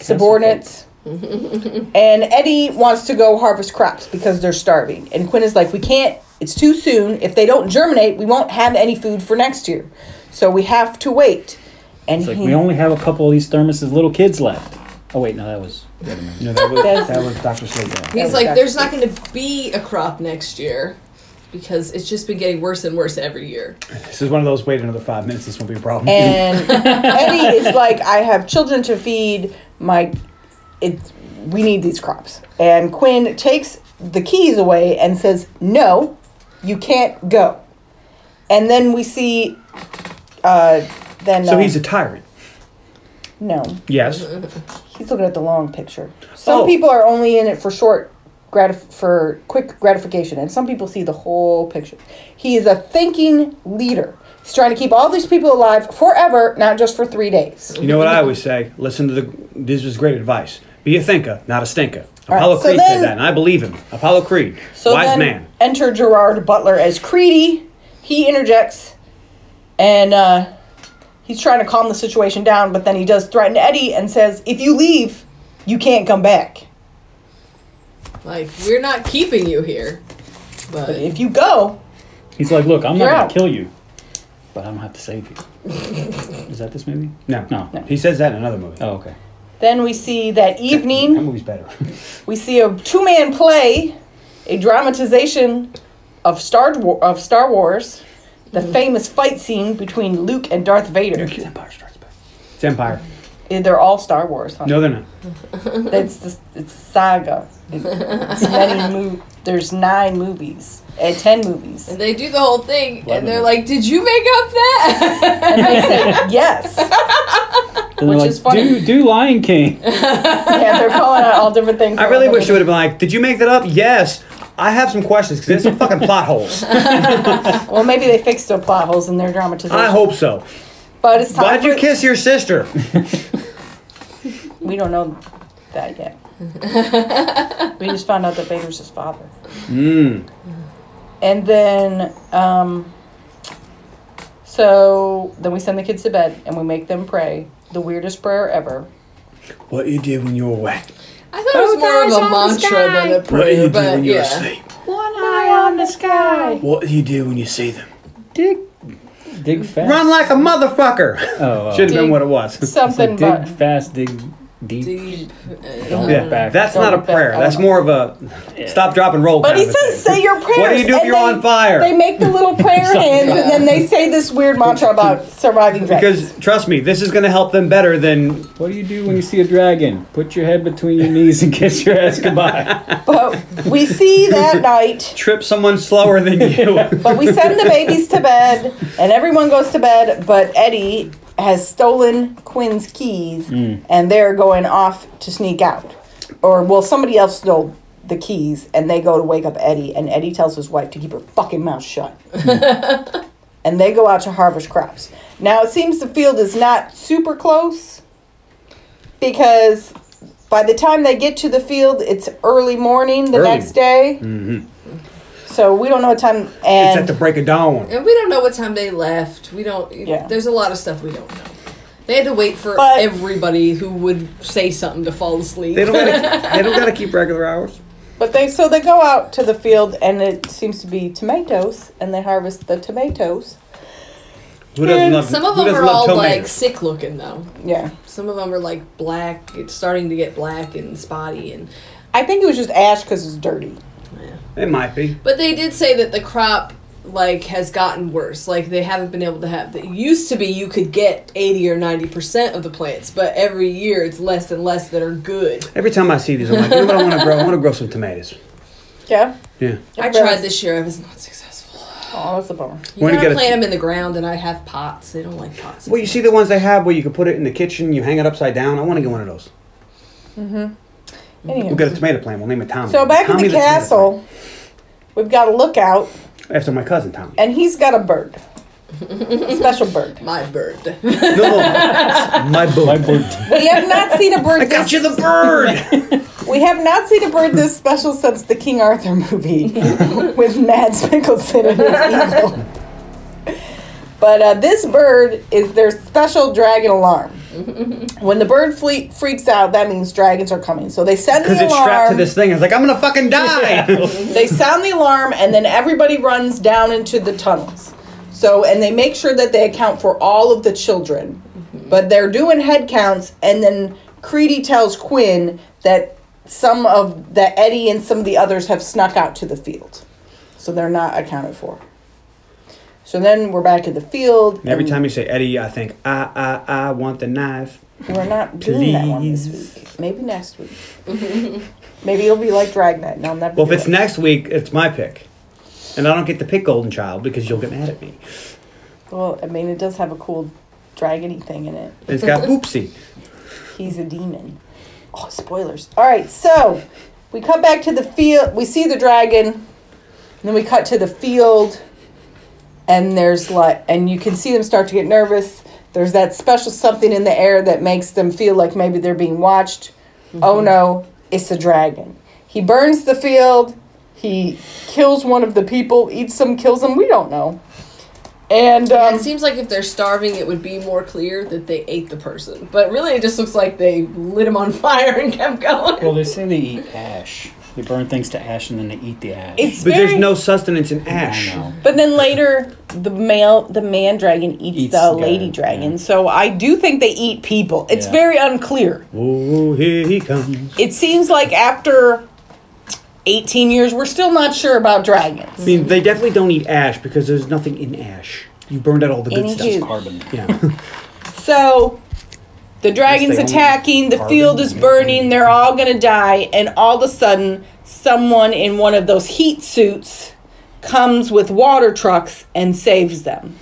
E: subordinates. and Eddie wants to go harvest crops because they're starving. And Quinn is like, we can't. It's too soon. If they don't germinate, we won't have any food for next year. So we have to wait. And
D: It's like
E: he,
D: we only have a couple of these thermoses, little kids left. Oh wait, no, that was
C: no, that was,
E: That's-
C: that was Dr. Sleep.
E: That was
B: He's like,
E: actually-
B: there's not going to be a crop next year because it's just been getting worse and worse every year.
C: This is one of those, wait another five minutes, this won't be a problem.
E: and Eddie is like, I have children to feed. My, it, we need these crops. And Quinn takes the keys away and says, No, you can't go. And then we see, uh, then
C: so
E: uh,
C: he's a tyrant.
E: no,
C: Yes.
E: he's looking at the long picture. Some
C: Oh.
E: people are only in it for short. Gratif- for quick gratification, and some people see the whole picture. He is a thinking leader. He's trying to keep all these people alive forever, not just for three days.
C: You know what I always say? Listen to the. This is great advice. Be a thinker, not a stinker.
E: right,
C: Apollo
E: so
C: Creed
E: then-
C: said that, and I believe him. Apollo Creed,
E: So
C: wise
E: then
C: man.
E: enter Gerard Butler as Creedy. He interjects and uh, he's trying to calm the situation down, but then he does threaten Eddie and says, If you leave, you can't come back.
B: Like, we're not keeping you here.
E: But
B: But
E: if you go,
D: He's like, look, I'm
E: You're
D: not gonna
E: out.
D: kill you, but I don't have to save you. Is that this movie?
C: No,
D: No.
C: He says that in another movie.
D: Oh, okay.
E: then we see that
C: That
E: evening,
C: movie's better.
E: we see a two man play, a dramatization of Star, Wa- of Star Wars, the famous fight scene between Luke and Darth Vader.
D: Empire Strikes Back.
C: it's Empire.
E: They're all Star Wars, huh?
C: No, they're not.
E: That's the it's saga. It's many mo- There's nine movies and ten movies.
B: they do the whole thing
D: Eleven.
B: and they're like, did you make up that?
E: And I said yes.
D: And they're
E: Which
D: like,
E: is funny.
D: Do, do Lion King.
E: Yeah, they're calling out all different things.
C: I really wish it would have been like, did you make that up? Yes. I have some questions because there's some fucking plot holes.
E: Well, maybe they fixed the plot holes in their dramatization.
C: I hope so.
E: But it's time.
C: Why'd you
E: for-
C: kiss your sister?
E: We don't know that yet. we just found out that Vader's his father.
C: Mm.
E: And then, um, so then we send the kids to bed and we make them pray the weirdest prayer ever.
C: What you did when you were wet?
B: I thought it was
E: Oh,
B: more of
E: guys,
B: a
E: on the
B: mantra
E: sky.
B: than a
C: What you
B: prayer,
C: did
B: but
C: when you were
B: yeah.
C: asleep?
E: One eye on the sky.
C: What you do when you see them?
D: Dig, dig fast.
C: Run like a motherfucker.
D: Oh, oh.
C: Should have
E: Dig-
C: been what it was.
D: It's like,
E: Something, but
D: dig fast, dig deep.
B: Deep, uh,
D: Don't
C: Yeah,
D: look back.
C: that's
E: Don't
C: not a
E: look back.
C: prayer.
E: I
C: That's
E: don't
C: more of a stop, drop, and roll.
E: But
C: kind
E: he
C: of a
E: says,
C: thing.
E: "Say your prayers."
C: What do you do if
E: and
C: you're
E: they-
C: on fire?
E: They make the little prayer hands, and then they say this weird mantra about surviving dragons.
C: Because trust me, this is going to help them better than
D: What do you do when you see a dragon? Put your head between your knees and kiss your ass goodbye.
E: But we see that night,
C: trip someone slower than you.
E: but we send the babies to bed, and everyone goes to bed. But Eddie has stolen Quinn's keys,
C: Mm.
E: and they're going off to sneak out, or well, somebody else stole the keys, and they go to wake up Eddie, and Eddie tells his wife to keep her fucking mouth shut. and they go out to harvest crops. Now it seems the field is not super close because by the time they get to the field, it's early morning the
C: Early. Mm.
E: next day. So we don't know what time.
C: it's
E: And
C: at the break of dawn.
B: And we don't know what time they left. We don't.
E: Yeah.
B: There's a lot of stuff we don't know. They had to wait for
E: But-
B: everybody who would say something to fall asleep.
C: They don't. Gotta, they don't got to keep regular hours.
E: but they so they go out to the field, and it seems to be tomatoes, and they harvest the tomatoes.
C: Who doesn't love?
B: Some of
C: who
B: them
C: doesn't
B: are
C: love
B: all
C: tomatoes?
B: like sick looking though.
E: Yeah,
B: Some of them are like black. It's starting to get black and spotty and.
E: I think it was just ash because it's dirty.
C: It might be.
B: But they did say that the crop like has gotten worse. Like they haven't been able to have. It used to be you could get eighty or ninety percent of the plants, but every year it's less and less that are good.
C: Every time I see these, I'm like, you know what I want to grow? I want to grow some tomatoes.
E: Yeah.
C: Yeah.
B: I tried this year. I was not successful.
E: Oh, that's a bummer.
B: You
C: When you
B: gotta
C: get a-
B: plant them in the ground, and I have pots. They don't like pots.
C: Well, you see the ones they have where you can put it in the kitchen, you hang it upside down. I want to get one of those.
E: Anyway.
C: We'll get a tomato plant. We'll name it Tommy.
E: So back at the
C: Tommy tomato
E: castle, we've got a lookout,
C: plant. After my cousin Tommy.
E: and he's got a bird, a special bird.
B: My bird.
C: no, no. My book.
D: My bird.
E: We have not seen a bird.
C: I got
E: this-
C: you the bird.
E: We have not seen a bird this special since the King Arthur movie with Mads Mikkelsen and his eagle. But uh, this bird is their special dragon alarm. When the bird fleet freaks out, that means dragons are coming. So they send the
C: Because
E: alarm.
C: it's strapped to this thing. It's like, I'm going to fucking die.
E: They sound the alarm, and then everybody runs down into the tunnels. So, and they make sure that they account for all of the children. But they're doing head counts, and then Creedy tells Quinn that some of that Eddie and some of the others have snuck out to the field, so they're not accounted for. So then we're back in the field.
C: Every
E: and
C: time you say Eddie, I think, I, I, I want the knife.
E: we're not doing that one this
C: Please.
E: week. Maybe next week. Maybe it'll be like Dragnet, and I'll never.
C: Well, if
E: do
C: it's
E: it.
C: next week, it's my pick. And I don't get to pick Golden Child because you'll get mad at me.
E: well, I mean, it does have a cool dragony thing in it.
C: It's got Boopsy.
E: He's a demon. Oh, spoilers. All right, so we cut back to the field. We see the dragon, and then we cut to the field, and there's like, and you can see them start to get nervous. There's that special something in the air that makes them feel like maybe they're being watched. Oh
C: Mm-hmm.
E: no, it's a dragon. He burns the field. He kills one of the people, eats them, kills them. We don't know. And um,
B: it seems like if they're starving, it would be more clear that they ate the person. But really, it just looks like they lit him on fire and kept going.
D: Well, they say they eat ash. They burn things to ash and then they eat the ash.
E: it's
C: But there's
E: very-
C: no sustenance in
D: I
C: ash.
D: know.
E: But then later, the male, the man dragon eats,
D: Eats
E: the
D: the
E: lady
D: guy,
E: dragon.
D: yeah.
E: So I do think they eat people. It's
D: Yeah.
E: very unclear.
C: Oh, here he comes.
E: It seems like after 18 years, we're still not sure about
C: I
E: dragons.
C: mean, they definitely don't eat ash because there's nothing in ash. You burned out all the good
E: Any
C: stuff.
E: juice.
D: Carbon.
C: Yeah.
E: So the dragon's
C: they only
E: attacking, the
C: carbon
E: field is
C: and
E: burning, they're all going to die. And all of a sudden, someone in one of those heat suits comes with water trucks and saves them.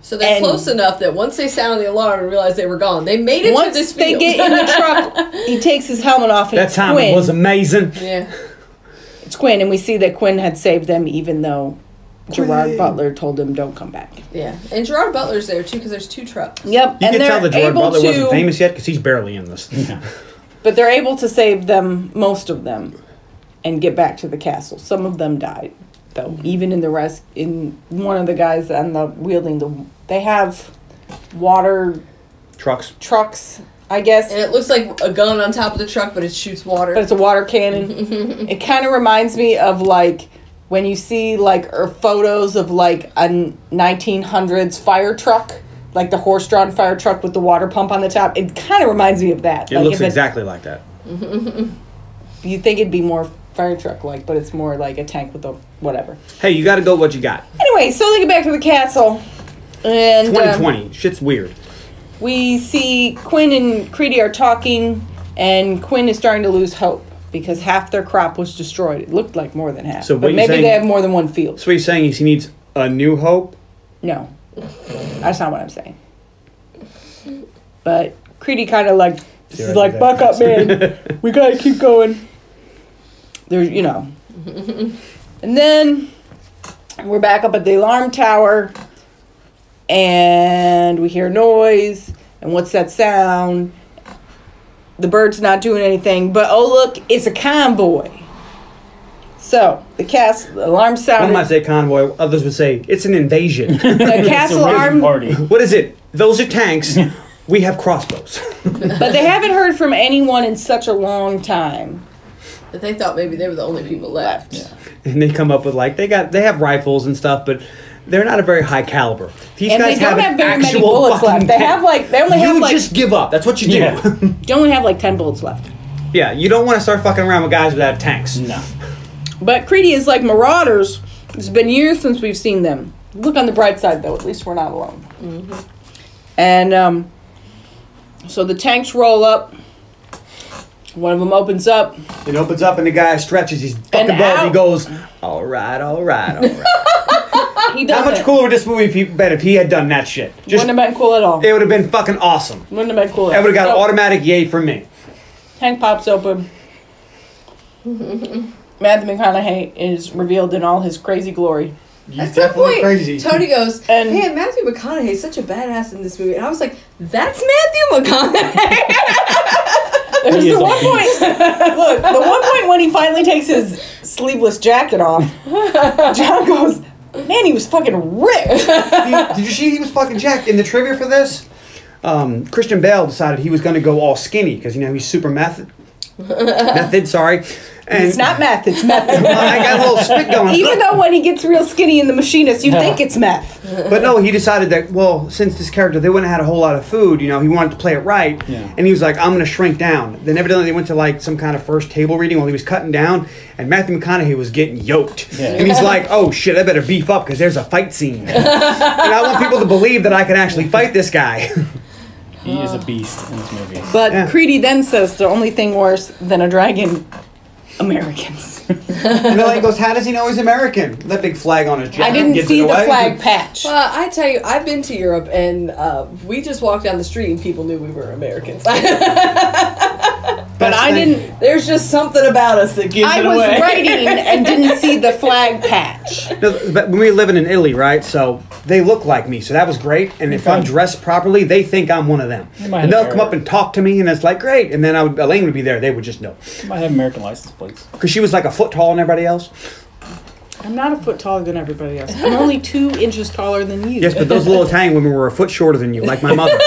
B: So they're
E: And-
B: close enough that once they sound the alarm and realize they were gone, they made it
E: Once
B: to this
E: they
B: field.
E: get in the truck, he takes his helmet off and
C: that
E: it's
C: time
E: Quinn.
C: it was amazing.
B: yeah.
E: It's Quinn, and we see that Quinn had saved them, even though Gerard
C: Quinn.
E: Butler told him don't come back.
B: Yeah. And Gerard Butler's there too because there's two trucks.
E: Yep,
C: You
E: and
C: can
E: they're
C: tell that Gerard
E: able
C: Butler
E: to,
C: wasn't famous yet because he's barely in this.
E: but they're able to save them, most of them, and get back to the castle. Some of them died, though. Even in the rest, in one of the guys on the wielding the, they have water
C: Trucks.
E: trucks, I guess.
B: And it looks like a gun on top of the truck, but it shoots water.
E: but it's a water cannon. it kind of reminds me of like when you see like or photos of like a 1900s fire truck, like the horse-drawn fire truck with the water pump on the top. It kind of reminds me of that.
C: It
E: like
C: looks
E: if
C: exactly like that.
E: You think it'd be more fire truck like, but it's more like a tank with a whatever.
C: Hey, you got to go what you got.
E: Anyway, so they get back to the castle, and um,
C: 2020. Shit's weird.
E: we see Quinn and Creedy are talking, and Quinn is starting to lose hope. Because half their crop was destroyed. It looked like more than half.
C: So what
E: but
C: you're
E: maybe
C: saying-
E: they have more than one field.
C: So what he's saying is he needs a new hope.
E: No, that's not what I'm saying. But Creedy kind of like
C: See
E: is
C: what I
E: like,
C: did
E: buck
C: there?
E: up, man. we gotta keep going. There's, you know. and then we're back up at the alarm tower, and we hear noise. And what's that sound? The bird's not doing anything, but oh look, it's a convoy. So the cast the alarm
C: One
E: sounded.
C: might say convoy, others would say it's an invasion.
E: the
D: It's a
E: castle
D: raisin
E: arm.
D: party.
C: what is it? Those are tanks. we have crossbows.
E: But they haven't heard from anyone in such a long time.
B: But they thought maybe they were the only people left. Yeah.
C: and they come up with like they got they have rifles and stuff, but they're not a very high caliber. These
E: And they
C: guys
E: don't
C: have,
E: have
C: an
E: very many
C: actual
E: bullets left.
C: fucking
E: They
C: tank.
E: have, like- they only
C: you
E: have, like-
C: just give up. That's what you do.
D: Yeah.
C: Yeah,
E: They only have like 10 bullets left.
C: you don't want to start fucking around with guys without tanks.
D: No.
E: But Creedy is like marauders It's been years since we've seen them. Look on the bright side, though. At least we're not alone. And um, so the tanks roll up. One of them opens up.
C: It opens up and the guy stretches. He's fucking
E: And
C: bald. He
E: out.
C: goes, all right, all right, all right.
E: He
C: How
E: doesn't.
C: much cooler would this movie have he- been if he had done that shit? Just
E: Wouldn't have been cool at all.
C: it would have been fucking awesome.
E: Wouldn't have been cool. At
C: That
E: all.
C: would have got
E: So-
C: an automatic yay from me.
E: Tank pops open. Matthew McConaughey is revealed in all his crazy glory.
C: He's
B: At some point, Tony goes,
E: And-
B: "Man, Matthew McConaughey is such a badass in this movie," and I was like, "That's Matthew McConaughey."
E: There's
D: He is
E: the
D: a
E: one point. Look, the one point when he finally takes his sleeveless jacket off, John goes, "Man, he was fucking ripped."
C: He- did you see he was fucking jacked? In the trivia for this, um, Christian Bale decided he was going to go all skinny because you know he's super method. method, sorry. And
E: It's not meth. It's meth.
C: I got a little spit going.
E: Even though when he gets real skinny in the machinist, you think it's meth.
C: But no, he decided that well, since this character they wouldn't have had a whole lot of food, you know, he wanted to play it right,
D: Yeah.
C: and he was like, "I'm going to shrink down." Then evidently they went to like some kind of first table reading while he was cutting down, and Matthew McConaughey was getting yoked,
D: Yeah.
C: and he's like, "Oh shit, I better beef up because there's a fight scene, and I want people to believe that I can actually fight this guy."
D: He is a beast in this movie.
E: But
C: Yeah.
E: Creedy then says the only thing worse than a dragon, Americans.
C: And Elaine goes, "How does he know he's American?" That big flag on his jacket.
E: I didn't
C: gives
E: see
C: it
E: the
C: away.
E: flag patch.
B: uh, I tell you, I've been to Europe, and uh, we just walked down the street, and people knew we were Americans.
E: But
C: Best
E: I
C: thing-
E: didn't.
B: There's just something about us that gives
E: I
B: it
E: was
B: away.
E: writing and didn't see the flag patch.
C: No, but we were living in Italy, right? So they look like me, so that was great. And if I'm dressed properly, they think I'm one of them.
D: might
C: And they'll
D: have
C: come up and talk to me, and it's like great. And then I would, Elaine would be there; they would just know
D: might have American license plates.
C: because she was like a foot taller than everybody else.
E: I'm not a foot taller than everybody else. I'm only two inches taller than you.
C: Yes, but those little Italian women were a foot shorter than you, like my mother.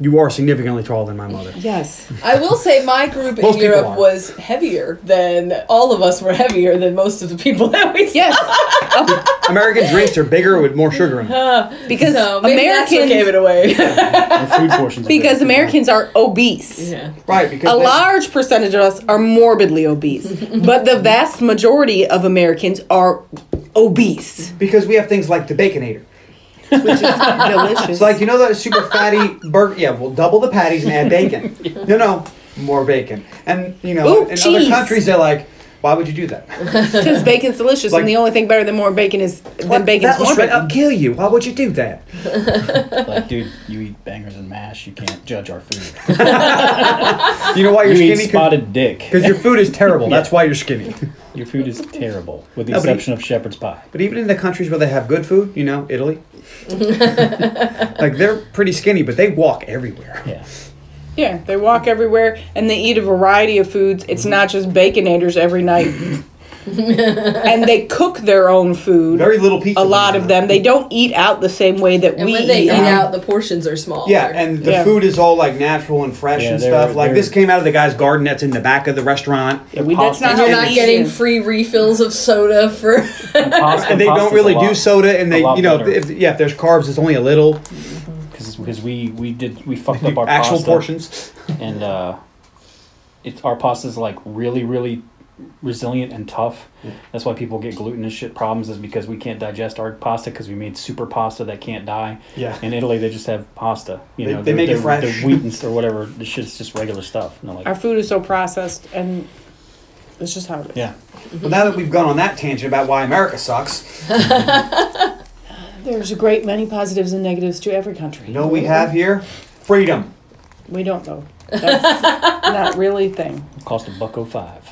C: you are significantly taller than my mother.
E: Yes.
B: I will say my group
C: Most
B: in
C: people
B: Europe
C: are.
B: was heavier than all of us were heavier than most of the people that we saw.
E: Yes.
C: American drinks are bigger with more sugar in them.
E: Because
B: So maybe that's what gave
E: Americans
B: it away.
D: Their food portions. are
E: because
D: big.
E: Americans are obese.
B: yeah.
C: Right, because
E: A
C: they-
E: large percentage of us are morbidly obese, but the vast majority of Americans are obese.
C: because we have things like the Baconator.
E: Delicious.
C: It's like you know that super fatty burger. Yeah, we'll double the patties and add bacon. No, no, more bacon. And you know,
E: Ooh,
C: in
E: cheese.
C: other countries they're like, why would you do that?
E: because bacon's delicious,
C: like-
E: and the only thing better than more bacon is than bacon is
C: that will
E: more
C: straight
E: bacon.
C: up kill you. Why would you do that?
D: like, dude, you eat bangers and mash. You can't judge our food.
C: You know why
D: you
C: you're
D: eat
C: skinny?
D: spotted dick.
C: Because your food is terrible. That's why you're skinny.
D: Your food is terrible, with the
C: No, but he-
D: exception of shepherd's pie.
C: But even in the countries where they have good food, you know, Italy, like they're pretty skinny, but they walk everywhere.
D: Yeah.
E: Yeah, they walk everywhere and they eat a variety of foods. It's not just baconators every night. and they cook their own food.
C: Very little pizza.
E: a lot of them. They don't eat out the same way that
B: And
E: we
B: when they eat
E: out.
B: out, the portions are
D: Oh,
B: smaller.
C: Yeah, and the
E: Yeah.
C: food is all like natural and fresh
D: Yeah,
C: and
D: they're-
C: stuff. Like
D: they're-
C: this came out of the guy's garden that's in the back of the restaurant.
E: Yeah, we- that's not
D: Pasta-
B: And you're
E: how
B: not
E: we
B: getting
E: eat.
B: free refills of soda for.
D: pasta-
C: and they don't
D: pasta's
C: really
D: a lot-
C: do soda and
D: a
C: they
D: lot
C: you know
D: better.
C: if, yeah if there's carbs it's only a little
D: because because we we did we fucked up our
C: actual
D: pasta,
C: portions
D: and uh, it's our pasta's like really really resilient and tough. That's why people get gluten and shit problems is because we can't digest our pasta because we made super pasta that can't die.
C: Yeah.
D: In Italy, they just have pasta. You
C: They-
D: know,
C: they
D: they're-
C: make it
D: they're- they're
C: fresh.
D: wheat and s- or whatever. The shit's just regular stuff. And they're like,
E: Our food is so processed and it's just how it is.
D: yeah,
C: well now that we've gone on that tangent about why america sucks
E: There's a great many positives and negatives to every country.
C: you know what we have here freedom
E: We don't though. That's not really a thing.
D: it cost a buck o five.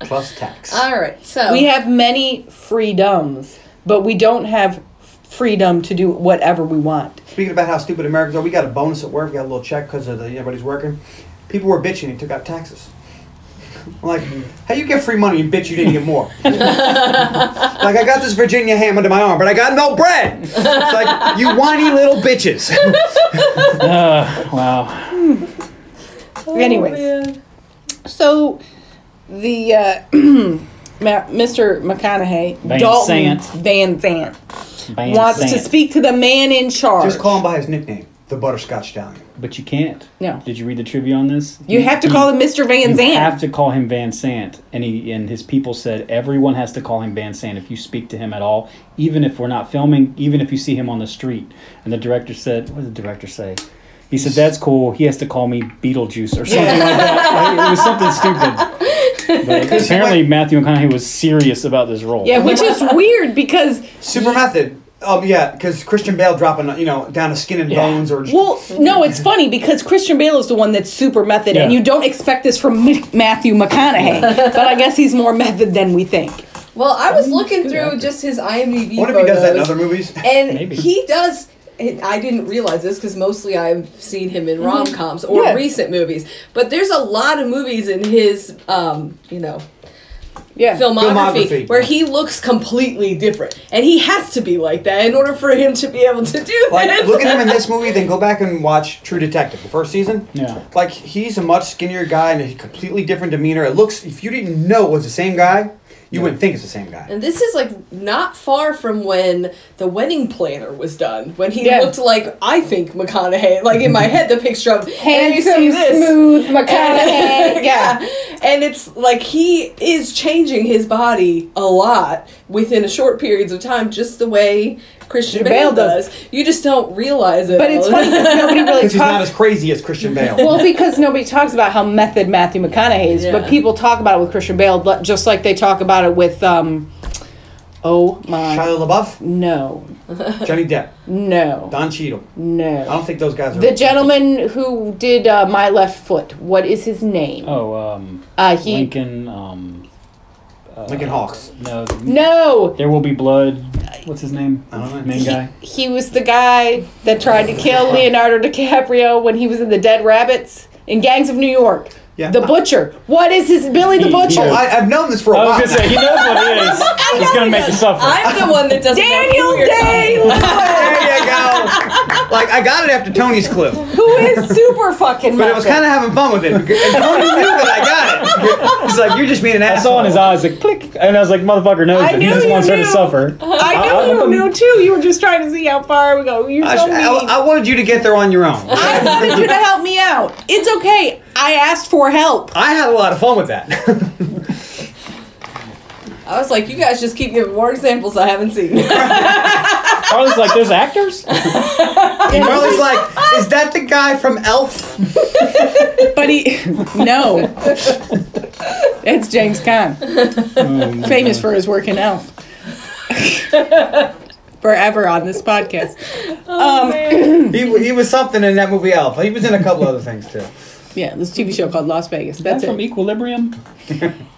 C: plus tax
B: All right, so
E: We have many freedoms, but we don't have freedom to do whatever we want.
C: speaking about how stupid americans are we got a bonus at work we got a little check because of the, everybody's working people were bitching and took out taxes I'm like how you get free money and bitch you didn't get more like i got this virginia ham under my arm but i got no bread it's like you whiny little bitches
D: Uh, wow.
E: Anyways.
B: Oh, man.
E: So, the uh, Ma- Mr. McConaughey,
D: Van
E: Dalton
D: Sant.
E: Van Sant,
D: Van
E: wants to
D: Sant.
E: speak to the man in charge.
C: just call him by his nickname the butterscotch stallion.
D: But you can't.
E: No.
D: Did you read the trivia on this?
A: You have to
D: he-
A: call him Mr. Van
D: You
A: Zandt.
D: have to call him Van Sant, and he and his people said everyone has to call him Van Sant if you speak to him at all, even if we're not filming, even if you see him on the street. And the director said, "What did the director say?" He said, "That's cool. He has to call me Beetlejuice or something like that." Like, it was something stupid. But apparently, Matthew McConaughey was serious about this role.
A: Yeah, which is weird because
C: Super method. Oh yeah, because Christian Bale dropping you know down to skin and bones or
A: well, no, it's funny because Christian Bale is the one that's super method, and
D: Yeah.
A: you don't expect this from M- Matthew McConaughey. but I guess he's more method than we think.
B: Well, I was looking through just his IMDb.
C: what if he does that in
B: photos,
C: other movies?
B: And
D: Maybe.
B: he does. And I didn't realize this because mostly I've seen him in rom coms or
E: Mm-hmm. Yeah.
B: recent movies. But there's a lot of movies in his, um, you know,
E: Yeah.
B: filmography,
C: Filmography.
B: where he looks completely different, and he has to be like that in order for him to be able to do
C: Like
B: this.
C: look at him in this movie, then go back and watch True Detective, the first season.
D: Yeah.
C: Like he's a much skinnier guy and a completely different demeanor. It looks if you didn't know it was the same guy, you wouldn't think it's the same guy.
B: And this is like not far from when the wedding planner was done, when he
E: Yeah.
B: looked like I think McConaughey, like in my head the picture of and you see
E: Handsome,
B: this.
E: smooth McConaughey. yeah.
B: And it's like he is changing his body a lot within a short periods of time, just the way Christian Bale,
A: Bale
B: does. You just don't realize it.
E: But it's
B: all.
E: funny because nobody really
C: Because he's not
E: talks.
C: as crazy as Christian Bale.
E: Well, because nobody talks about how method Matthew McConaughey is,
B: Yeah.
E: but people talk about it with Christian Bale, but just like they talk about it with, um, oh my,
C: Shia LaBeouf,
E: no,
C: Johnny Depp,
E: no,
C: Don Cheadle. I
E: no.
C: don't think those guys are
E: The gentleman who did uh, My Left Foot, what is his name?
D: Oh, um,
E: Uh, he,
D: Lincoln. Um,
C: Lincoln Hawks.
D: no,
E: no,
D: there will be blood. What's his name?
C: I don't know.
D: Main guy.
E: he was the guy that tried to kill Leonardo DiCaprio when he was in The Dead Rabbits in Gangs of New York.
C: Yeah.
E: The Butcher. What is his, Billy the
D: He- he-
E: Butcher?
C: Oh, I, I've known this for a
D: I
C: while.
D: was gonna say he knows what it is. He's gonna make you suffer.
B: I'm the one that doesn't. know
A: Daniel
B: who you're
A: Day
B: talking about.
C: there you go. Like I got it after Tony's clue,
A: who is super fucking
C: but I was kind of having fun with it. And Tony knew that I got it. He's like, "You're just being an
D: I
C: asshole."
D: saw in his eyes like click, and I was like, "Motherfucker knows
A: I
D: that he
A: knew
D: just
A: you
D: wants her to
A: knew.
D: suffer."
A: I
D: I-
A: know you
D: I'm-
A: knew too. You were just trying to see how far we go. You're
C: I,
A: so
C: sh-
A: mean.
C: I, I wanted you to get there on your own.
A: I wanted you to help me out. It's okay. I asked for help.
C: I had a lot of fun with that.
B: I was like, you guys just keep giving more examples I haven't seen.
D: Carly's like, "There's actors."
C: And Marley's like, is that the guy from Elf?
A: But he, no. It's James Caan,
C: Oh,
A: famous for his work in Elf. Forever on this podcast.
C: He, he was something in that movie Elf. He was in a couple other things too.
A: Yeah, this TV show called Las Vegas.
D: That's
A: That's
D: from
A: it.
D: Equilibrium.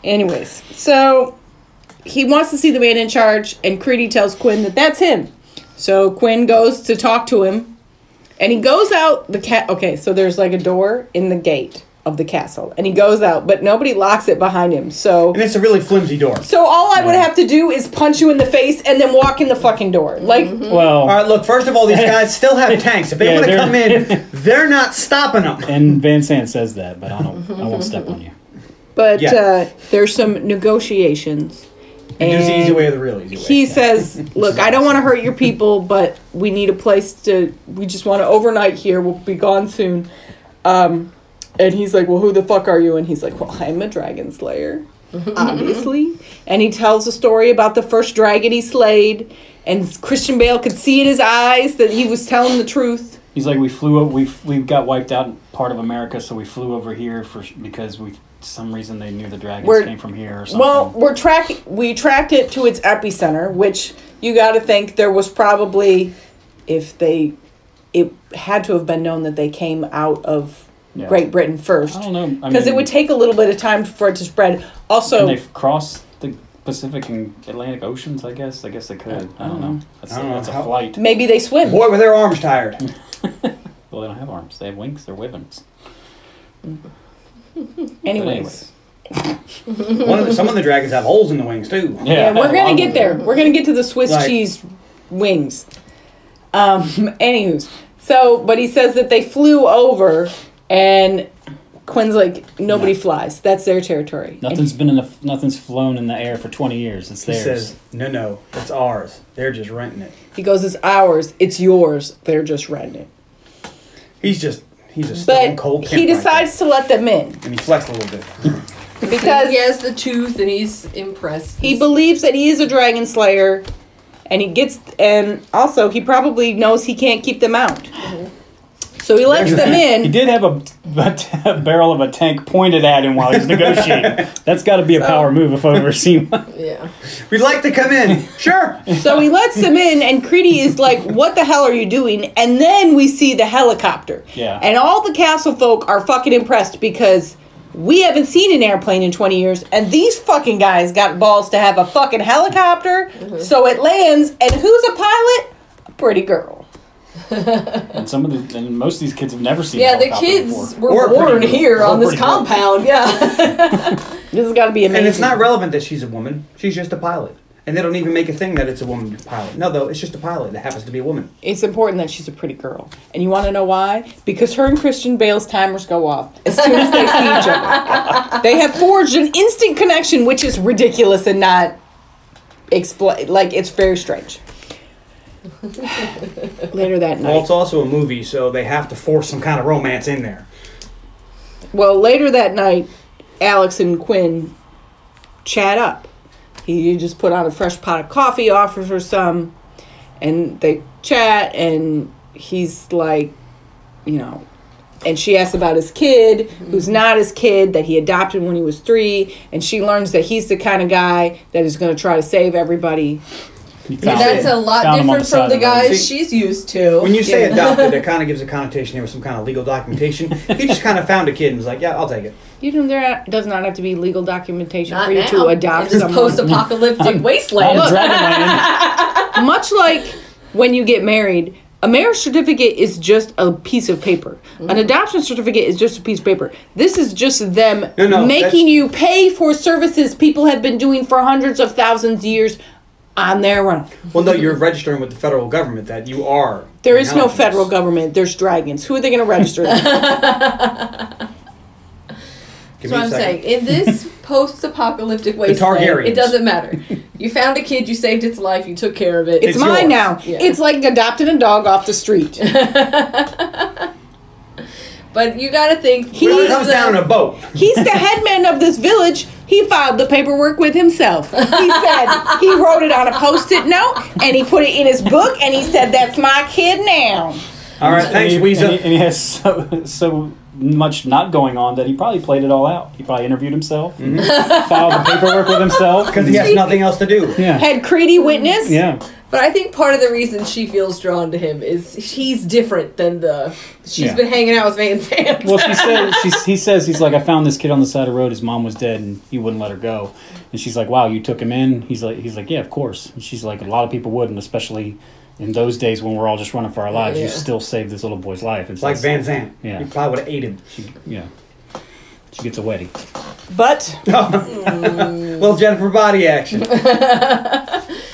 A: Anyways, so he wants to see the man in charge, and Creedy tells Quinn that that's him. So Quinn goes to talk to him, and he goes out the cat. Okay, so there's like a door in the gate of the castle, and he goes out, but nobody locks it behind him. So
C: And it's a really flimsy door.
A: So all I would have to do is punch you in the face and then walk in the fucking door. Like
D: Well,
C: All right, look. First of all, these guys still have tanks. If they
D: Yeah,
C: want to
D: they're-
C: come in, they're not stopping them.
D: and Van Sant says that, but I don't. I won't step on you.
A: but
C: Yeah.
A: uh, there's some negotiations.
C: And there's the easy
A: And
C: way or the real easy way.
A: He says, "Look, I don't want to hurt your people, but we need a place to we just want to overnight here. We'll be gone soon." Um and he's like, "Well, who the fuck are you?" And he's like, "Well, I'm a dragon slayer." Obviously. And he tells a story about the first dragon he slayed, and Christian Bale could see in his eyes that he was telling the truth.
D: He's like, "We flew. o- We we got wiped out in part of America, so we flew over here for because we some reason they knew the dragons
A: We're-
D: came from here or something."
A: Well, we're track we tracked it to its epicenter, which you got to think there was probably if they it had to have been known that they came out of
D: Yeah.
A: Great Britain first.
D: I don't know. I
A: Because it
D: mean,
A: would take a little bit of time for it to spread. Also,
D: And they've crossed the Pacific and Atlantic oceans. I guess. I guess they could. I don't know. That's,
C: I don't know
D: that's
C: how-
D: a flight.
A: maybe they swim.
C: Boy, were their arms tired.
D: Well, they don't have arms. They have wings. They're wivens. But
A: Anyways.
D: anyways.
C: One of the, some of the dragons have holes in the wings too.
A: Yeah, we're
D: Along
A: gonna
D: with
A: get there.
D: it.
A: We're gonna get to the Swiss
C: Right.
A: cheese wings. Um, anywho's, so but he says that they flew over, and Quinn's like, nobody flies. That's their territory.
D: Nothing's been in the nothing's flown in the air for twenty years. It's
C: He
D: theirs.
C: says, no, no, it's ours. They're just renting it.
A: He goes, it's ours. It's yours. They're just renting it.
C: He's just he's a stone
A: But
C: cold. pimp
A: he
C: right
A: decides to let them in
C: there. and he flexed a little bit.
A: because
B: he has the tooth and he's impressed.
A: he believes that he is a dragon slayer and he gets and also he probably knows he can't keep them out so he lets them
D: He
A: in
D: did have a, a t- a barrel of a tank pointed at him while he's negotiating. That's got to be a power move if I've ever seen one.
B: yeah.
C: We'd like to come in. sure.
A: so he lets them in and creedy is like what the hell are you doing and then we see the helicopter
D: Yeah.
A: and all the castle folk are fucking impressed because we haven't seen an airplane in 20 years and these fucking guys got balls to have a fucking helicopter so it lands and who's a pilot a pretty girl
D: And some of the and most of these kids have never seen. a
B: Yeah, the
D: helicopter
B: kids
D: before.
B: were,
C: We're
B: born
C: pretty-
B: here
D: we're
B: on this
D: pretty cool.
B: compound. Yeah.
A: this has got to be amazing
C: And it's not relevant that she's a woman. She's just a pilot. And they don't even make a thing that it's a woman pilot. No, though, it's just a pilot that happens to be a woman.
A: it's important that she's a pretty girl. And you want to know why? Because her and Christian Bale's timers go off as soon as they see each other. They have forged an instant connection, which is ridiculous and not explain. Like it's very strange. Later that
C: Well,
A: night.
C: it's also a movie, so they have to force some kind of romance in there.
A: Well, later that night, Alex and Quinn chat up. He just put on a fresh pot of coffee, offers her some, and they chat. And he's like, you know, and she asks about his kid,
B: Mm-hmm.
A: who's not his kid, that he adopted when he was three. And she learns that he's the kind of guy that is going to try to save everybody.
D: He found
B: That's
D: him.
B: a lot
D: Found him on
B: different from
D: side
B: the
D: of road.
B: guys
C: See,
B: she's used
A: Oh,
B: to.
C: When you say adopted, it kind of gives a connotation there was some kind of legal documentation. he just kind of found a kid and was like, yeah, I'll take it.
A: You know, there does not have to be legal documentation
B: Not
A: for you
B: now.
A: to adopt
B: in this
A: someone.
B: post-apocalyptic wasteland.
D: Not a Dragonland.
A: much like when you get married a marriage certificate is just a piece of paper
C: Mm-hmm.
A: an adoption certificate is just a piece of paper this is just them
C: No, no, that's-
A: making you pay for services people have been doing for hundreds of thousands of years on their own
C: Well, no, you're registering with the federal government that you are.
A: there is no
C: acknowledging
A: federal
C: this.
A: government there's dragons who are they going to register them?
C: Give
B: That's what
C: me a
B: I'm
C: second.
B: saying. In this post-apocalyptic
C: Targaryens.
B: wasteland, it doesn't matter. You found a kid, you saved its life, you took care of it.
A: it's,
C: It's
A: mine
C: yours.
A: now
B: Yeah.
A: it's like adopting a dog off the street
B: but you gotta think.
A: He-
C: Well,
B: where's
C: it comes
B: the-
C: down in a boat.
A: He's the headman of this village. He filed the paperwork with himself. He said he wrote it on a post-it note and he put it in his book and he said, "That's my kid now."
C: All right, thanks,
D: and he, and, he,
C: Weezer.
D: and he has so so much not going on that he probably played it all out. He probably interviewed himself, and
B: Mm-hmm.
D: filed the paperwork with himself.
C: Because he has nothing else to do.
D: yeah,
A: Had Creedy witness?
D: yeah.
B: But I think part of the reason she feels drawn to him is he's different than the. She's
D: Yeah.
B: been hanging out with Van Zandt.
D: Well, she says she's, he says he's like I found this kid on the side of the road. His mom was dead, and he wouldn't let her go. And she's like, "Wow, you took him in?" He's like, "He's like, yeah, of course." And she's like, "A lot of people wouldn't, especially in those days when we're all just running for our lives. You
B: Yeah.
D: still saved this little boy's life." It's
C: Like Van Zandt.
D: Yeah.
C: He probably would have ate him.
D: Yeah, she gets a wedding.
A: But
C: Well, Jennifer body action.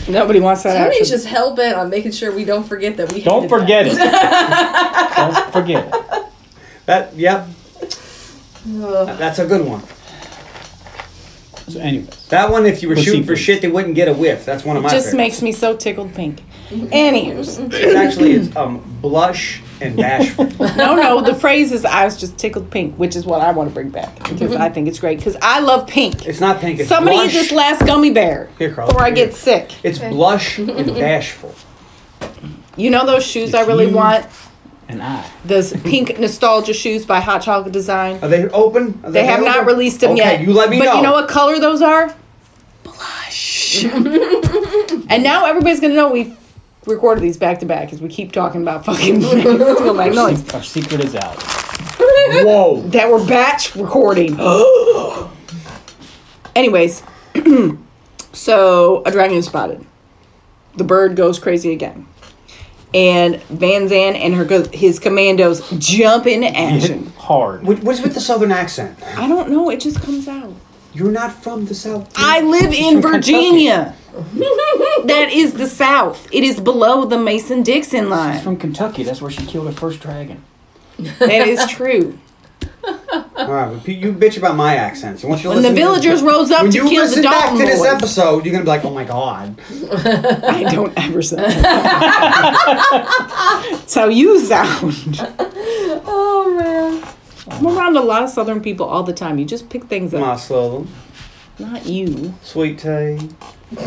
A: nobody wants that.
B: Tony's
A: action.
B: just hell bent on making sure we don't forget that we.
D: Don't
B: hated that.
D: forget it. Don't forget it.
C: That, yep,
B: Ugh.
C: that's a good one.
D: So, anyways,
C: That one, if you were
D: Pussy
C: shooting for
D: food.
C: shit, they wouldn't get a whiff. That's one of my
A: just
C: favorites.
A: makes me so tickled pink. Anywho's,
C: It's actually it's, um, blush and bashful.
A: no, no. The phrase is "I was just tickled pink," which is what I want to bring back because I think it's great because I love pink.
C: It's not pink. It's
A: Somebody
C: blush.
A: eat this last gummy bear
C: Here, Carl,
A: before I
C: here.
A: get sick.
C: It's blush and bashful.
A: You know those shoes I really
D: you-
A: want.
D: and I.
A: Those pink nostalgia shoes by Hot Chocolate Design.
C: Are they open? Are
A: They have not
C: open?
A: released them
C: okay,
A: yet.
C: you let me
A: but
C: know.
A: But you know what color those are? Blush. and now everybody's gonna know we recorded these back to back because we keep talking about fucking Full Magnolias.
D: Our secret is out.
C: Whoa.
A: that were batch recording. Anyways, so a dragon is spotted. The bird goes crazy again. And Van Zan and her go- his commandos jump into action.
D: Hard.
C: What, what's with the southern accent?
A: I don't know, it just comes out.
C: You're not from the south.
A: I live in Virginia. that is the South. It is below the Mason Dixon line.
D: From Kentucky. That's where she killed her first dragon.
A: That is true.
C: All right, but you bitch about my accents. And once you
A: When the
C: listen to-
A: villagers rose up
C: when
A: to
C: you
A: kill
C: listen
A: the
C: back
A: Dalton
C: to this
A: boys.
C: episode, you're gonna be like, "Oh my god!"
A: I don't ever sound. That's how you sound. I'm around a lot of Southern people all the time. You just pick things up.
C: My soul,
A: Not you.
C: sweet tea.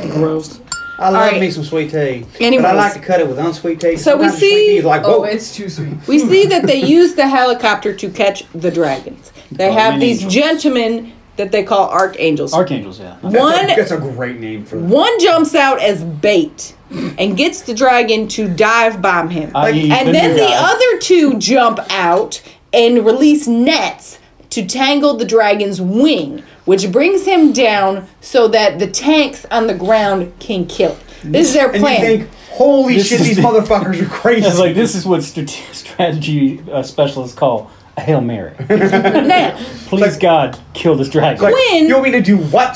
A: Gross.
C: I love
A: right.
C: me some sweet tea, but I
A: Anyways.
C: like to cut it with unsweet tea.
A: So we
C: Sometimes the sweet
A: see-
C: tea is like,
B: Oh,
C: whoa,
B: it's too sweet.
A: We see that they use the helicopter to catch the dragons. They
D: Oh,
A: have
D: and
A: these
D: angels.
A: gentlemen that they call archangels.
D: Archangels, yeah.
A: one
C: that's a great name for that.
A: one jumps out as bait and gets the dragon to dive bomb him.
D: I.e.
A: and then
D: E, new
A: the
D: guy.
A: other two jump out and release nets to tangle the dragon's wing, which brings him down so that the tanks on the ground can kill it. This is their
C: And you
A: plan.
C: think, holy
D: This
C: shit,
D: is
C: these
D: the-
C: motherfuckers are crazy.
D: I was like, this is what strate- strategy uh, specialists call a hail mary.
A: now,
D: Please God, kill this dragon.
C: Like,
A: Quinn-
C: you want me to do what?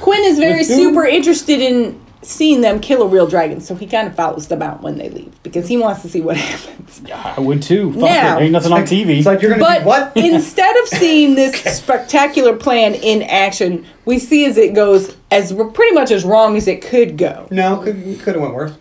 A: Quinn is very
D: With who?
A: super interested in seeing them kill a real dragon, so he kind of follows them out when they leave because he wants to see what happens.
D: I would too. Fuck
A: Now-
D: it. Ain't nothing on TV.
C: It's like you're gonna
A: But
C: do what?
A: instead of seeing this spectacular plan in action, we see as it goes as pretty much as wrong as it could go.
C: no, could could have went worse.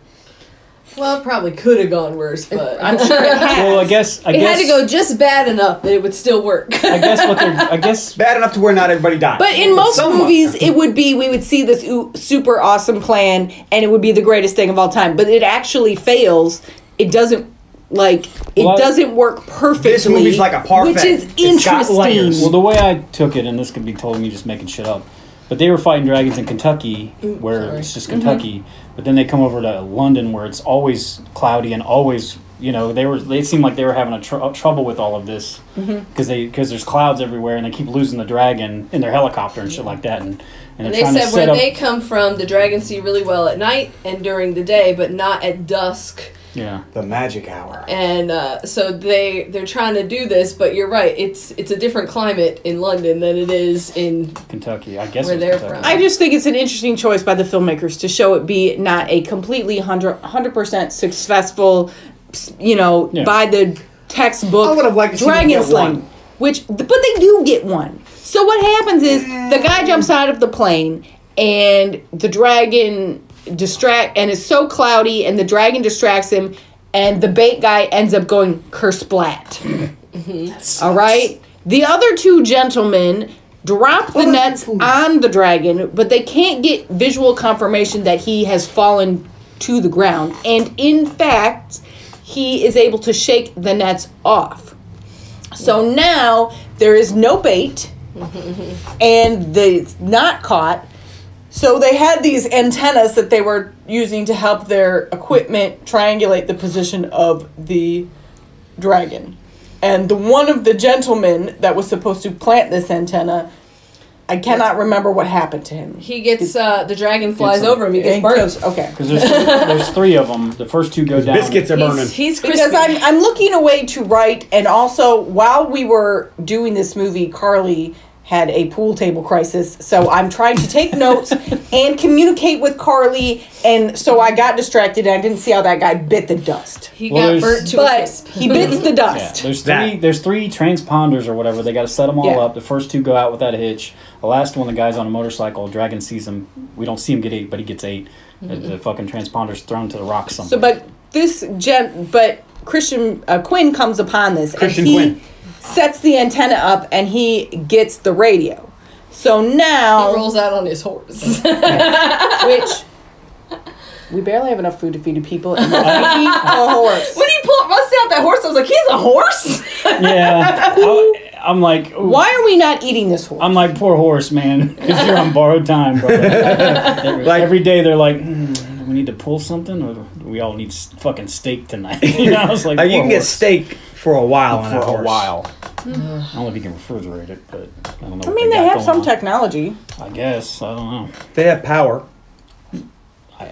B: Well, it probably could have gone worse, but
A: I'm sure it has.
D: well, I guess. I
B: it
D: guess,
B: had to go just bad enough that it would still work.
D: I guess what they're. I guess.
C: Bad enough to where not everybody died.
A: But in most
C: Someone.
A: movies, it would be we would see this oo- super awesome plan and it would be the greatest thing of all time. But it actually fails. It doesn't like it
D: Well, I-
A: doesn't work perfectly.
C: This movie's like a parfait.
A: which is
C: It's got layers.
A: interesting.
D: Well, the way I took it, and this could be totally me just making shit up, but they were fighting dragons in Kentucky,
B: Mm,
D: where
B: sorry. Mm-hmm.
D: it's just Kentucky. But then they come over to London, where it's always cloudy and always, you know, they were. They seemed like they were having a tr- trouble with all of this because
B: Mm-hmm.
D: they because there's clouds everywhere, and they keep losing the dragon in their helicopter and shit like that, and and, they're
B: They
D: trying to
B: said
D: set
B: where
D: up.
B: they come from, the dragons see really well at night and during the day, but not at dusk.
D: yeah.
C: the magic hour.
B: And uh, so they they're trying to do this, but you're right. It's it's a different climate in London than it is in.
D: Kentucky. I guess
B: Where
D: it was
B: they're
D: Kentucky.
B: from.
A: I just think it's an interesting choice by the filmmakers to show it be not a completely 100 percent successful, s- you know,
D: Yeah.
A: by the textbook
C: I would have liked to see them
A: dragon
C: get
A: slaying,
C: one.
A: which but they do get one. So what happens is the guy jumps out of the plane and the dragon distract and it's so cloudy and the dragon distracts him and the bait guy ends up going kersplat. All right. The other two gentlemen drop the nets on the dragon, but they can't get visual confirmation that he has fallen to the ground. And in fact, he is able to shake the nets off. So now there is no bait, and the, it's not caught. So they had these antennas that they were using to help their equipment triangulate the position of the dragon. And the one of the gentlemen that was supposed to plant this antenna, I cannot remember what happened to him.
B: He gets uh, the dragon flies
D: It's a-
B: over him. He gets
A: And
B: burnt.
A: goes- Okay.
D: Because there's, there's three of them. The first two go down.
C: Biscuits are burning.
B: He's, he's crispy.
A: Because I'm, I'm looking away to right, and also while we were doing this movie, Carly had a pool table crisis. So I'm trying to take notes and communicate with Carly, and so I got distracted and I didn't see how that guy bit the dust.
B: he
D: Well,
B: got
D: there's-
B: burnt to a
A: But
B: crisp.
A: he bits the
D: Yeah,
A: dust.
D: there's
C: That-
D: three. There's three transponders or whatever. They got to set them all
A: Yeah.
D: up. The first two go out without a hitch. The last one, the guy's on a motorcycle. Dragon sees him. We don't see him get eight, but he gets 8 The, the fucking transponder's thrown to the rocks. somewhere.
A: Mm-hmm. So, but this gent, but Christian uh, Quinn comes upon this,
C: Christian
A: and he
C: Quinn.
A: sets the antenna up, and he gets the radio. So
B: He
A: now,
B: rolls out on his horse.
A: which we barely have enough food to feed the people, and we eat a horse.
B: when he pulled rusted out that horse, I was like, he's a horse.
D: yeah, I, am like, ooh.
A: Why are we not eating this horse?
D: I'm like, poor horse, man. 'cause you're on borrowed time, brother. every,
C: Like-
D: every day they're like, "Hmm, do we need to pull something, or do we all need s- fucking steak tonight. you know, I was like,
C: Uh, you
D: poor
C: can get
D: horse.
C: steak for a while on
D: for
C: that
D: a
C: horse.
D: while. I don't know if you can refrigerate it, but I don't know.
A: Mm-hmm. I mean, they have some
D: tech.
A: technology.
D: I guess I don't know.
C: They have power.
D: I,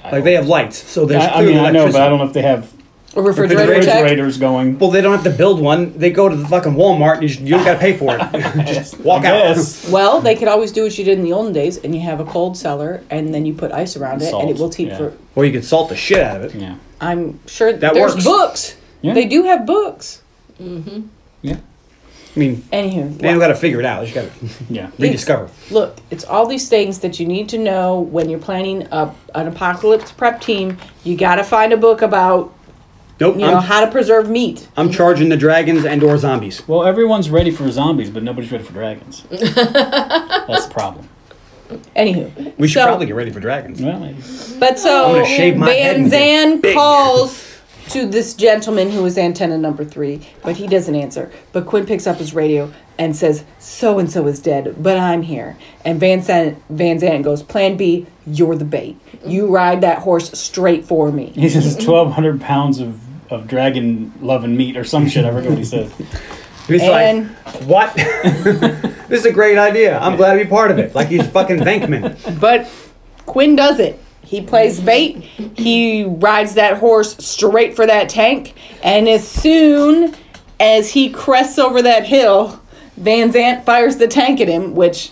D: I
C: Like they have lights, so there's
D: I, I
C: clearly
D: mean, I know, but
C: electricity.
D: I don't know if they have
A: A refrigerator,
C: Refrigerator.
A: tech.
D: refrigerators going.
C: Well, they don't have to build one. They go to the fucking Walmart and you, just- you don't gotta pay for it. just walk
D: I
C: out.
D: guess.
A: Well, they could always do what you did in the olden days, and you have a cold cellar, and then you put ice around it, and it
D: Salt,
A: will keep
D: yeah.
A: for.
C: Or you can salt the shit out of it.
D: Yeah.
A: I'm sure
C: That
A: there's
C: works.
A: books.
D: Yeah.
A: They do have books.
D: Yeah.
C: I mean,
A: Anywho,
C: they don't gotta figure it out. You just gotta
D: Yeah.
C: rediscover.
A: Look, it's all these things that you need to know when you're planning a, an apocalypse prep team. You got to find a book about
C: Nope.
A: You
C: I'm,
A: know how to preserve meat.
C: I'm charging the dragons and or zombies.
D: Well, everyone's ready for zombies, but nobody's ready for dragons. That's the problem.
A: Anywho,
C: We should
A: So-
C: probably get ready for dragons.
D: Well, maybe.
A: but
C: I'm
A: so
C: gonna shave my head
A: Van
C: and get
A: Zan
C: big.
A: calls to this gentleman who is antenna number three, but he doesn't answer. But Quinn picks up his radio and says, "So and so is dead, but I'm here." And Van Zan Van Zan goes, "Plan B, you're the bait. You ride that horse straight for me."
D: He says twelve hundred pounds of, of dragon loving meat or some shit. I forget what he said.
C: He's
A: And-
C: like, what? this is a great idea. I'm glad to be part of it. Like he's fucking Venkman.
A: But Quinn does it. He plays bait. He rides that horse straight for that tank. And as soon as he crests over that hill, Van Zant fires the tank at him, which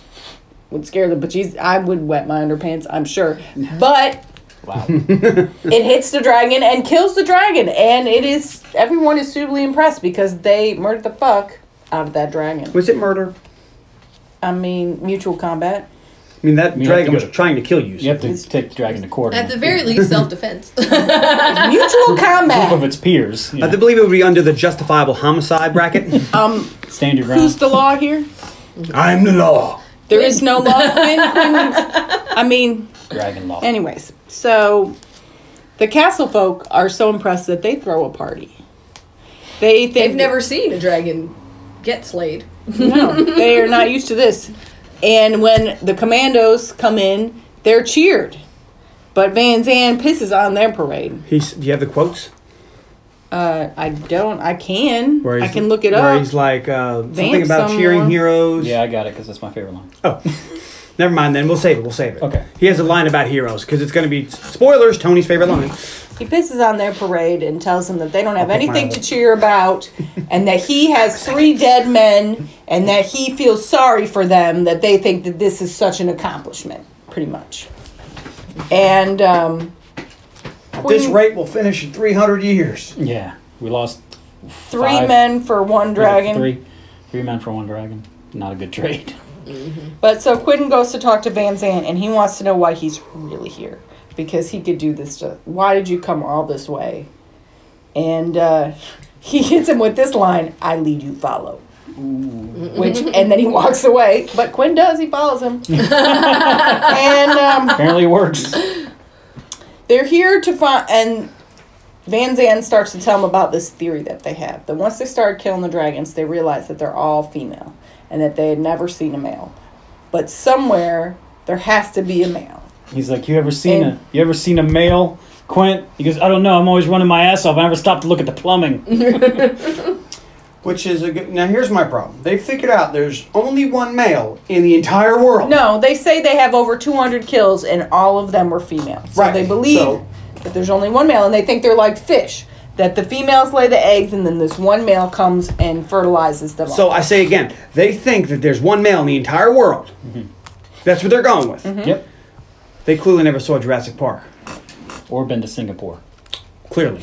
A: would scare the bejesus. I would wet my underpants, I'm sure. But
D: Wow.
A: it hits the dragon and kills the dragon. And it is, everyone is suitably impressed because they murdered the fuck out of that dragon.
C: Was it murder?
A: I mean, mutual combat.
C: I mean, that
D: You have to
C: dragon
D: go
C: was
D: to-
C: trying to kill you. so-
D: You have to take the dragon to court.
B: At the very least, self defense.
A: Mutual
D: Group of
A: combat.
D: its peers. You
C: I
D: know,
C: believe it would be under the justifiable homicide bracket.
D: stand your
A: Who's
D: ground.
A: the law here?
C: I'm the law.
A: There is no law. Quinn, Quinn was- I mean,
D: Dragon law.
A: anyways, so the castle folk are so impressed that they throw a party. They think
B: They've never seen a dragon get slayed.
A: no, they are not used to this. And when the commandos come in, they're cheered. But Van Zandt pisses on their parade.
C: He's, do you have the quotes?
A: Uh, I don't. I can.
C: Where
A: I
C: he's-
A: can look it
C: Where
A: up.
C: he's like uh, something
A: Vamp
C: about
A: some
C: cheering
A: more.
C: heroes.
D: Yeah, I got it because that's my favorite line.
C: Oh, never mind then. We'll save it. We'll save it.
D: Okay.
C: He has a line about heroes because it's going to be spoilers. Tony's favorite line.
A: He pisses on their parade and tells them that they don't have
C: I'll pick
A: anything
C: mine
A: to
C: up.
A: cheer about and that he has three dead men and that he feels sorry for them that they think that this is such an accomplishment, pretty much. And um,
E: At this
A: Queen-
E: rate, we'll finish in 300 years.
D: Yeah, we lost
A: three
D: Five.
A: men for one
D: was it
A: dragon.
D: Three, three men for one dragon. Not a good trade.
A: But so Quinn goes to talk to Van Zandt and he wants to know why he's really here because he could do this to. Why did you come all this way? And uh, he hits him with this line I lead you follow. Which and then he walks away, but Quinn does. He follows him, and um,
D: Apparently it works.
A: they're here to find. And Van Zandt starts to tell him about this theory that they have. That once they started killing the dragons, they realized that they're all female, and that they had never seen a male. But somewhere there has to be a male.
D: He's like, you ever seen
A: And-
D: a you ever seen a male Quint? He goes, I don't know. I'm always running my ass off. I never stop to look at the
A: Mm-hmm.
D: plumbing.
E: Which is a good. Now, here's my problem. They figured out there's only one male in the entire world.
A: No, they say they have over 200 kills, and all of them were female. So
E: Right,
A: they believe
E: so-
A: that there's only one male, and they think they're like fish. That the females lay the eggs, and then this one male comes and fertilizes them.
C: So
A: all.
C: I say again, they think that there's one male in the entire world.
D: Mm-hmm.
C: That's what they're going with.
A: Mm-hmm.
D: Yep.
C: They clearly never saw Jurassic Park.
D: Or been to Singapore.
C: Clearly,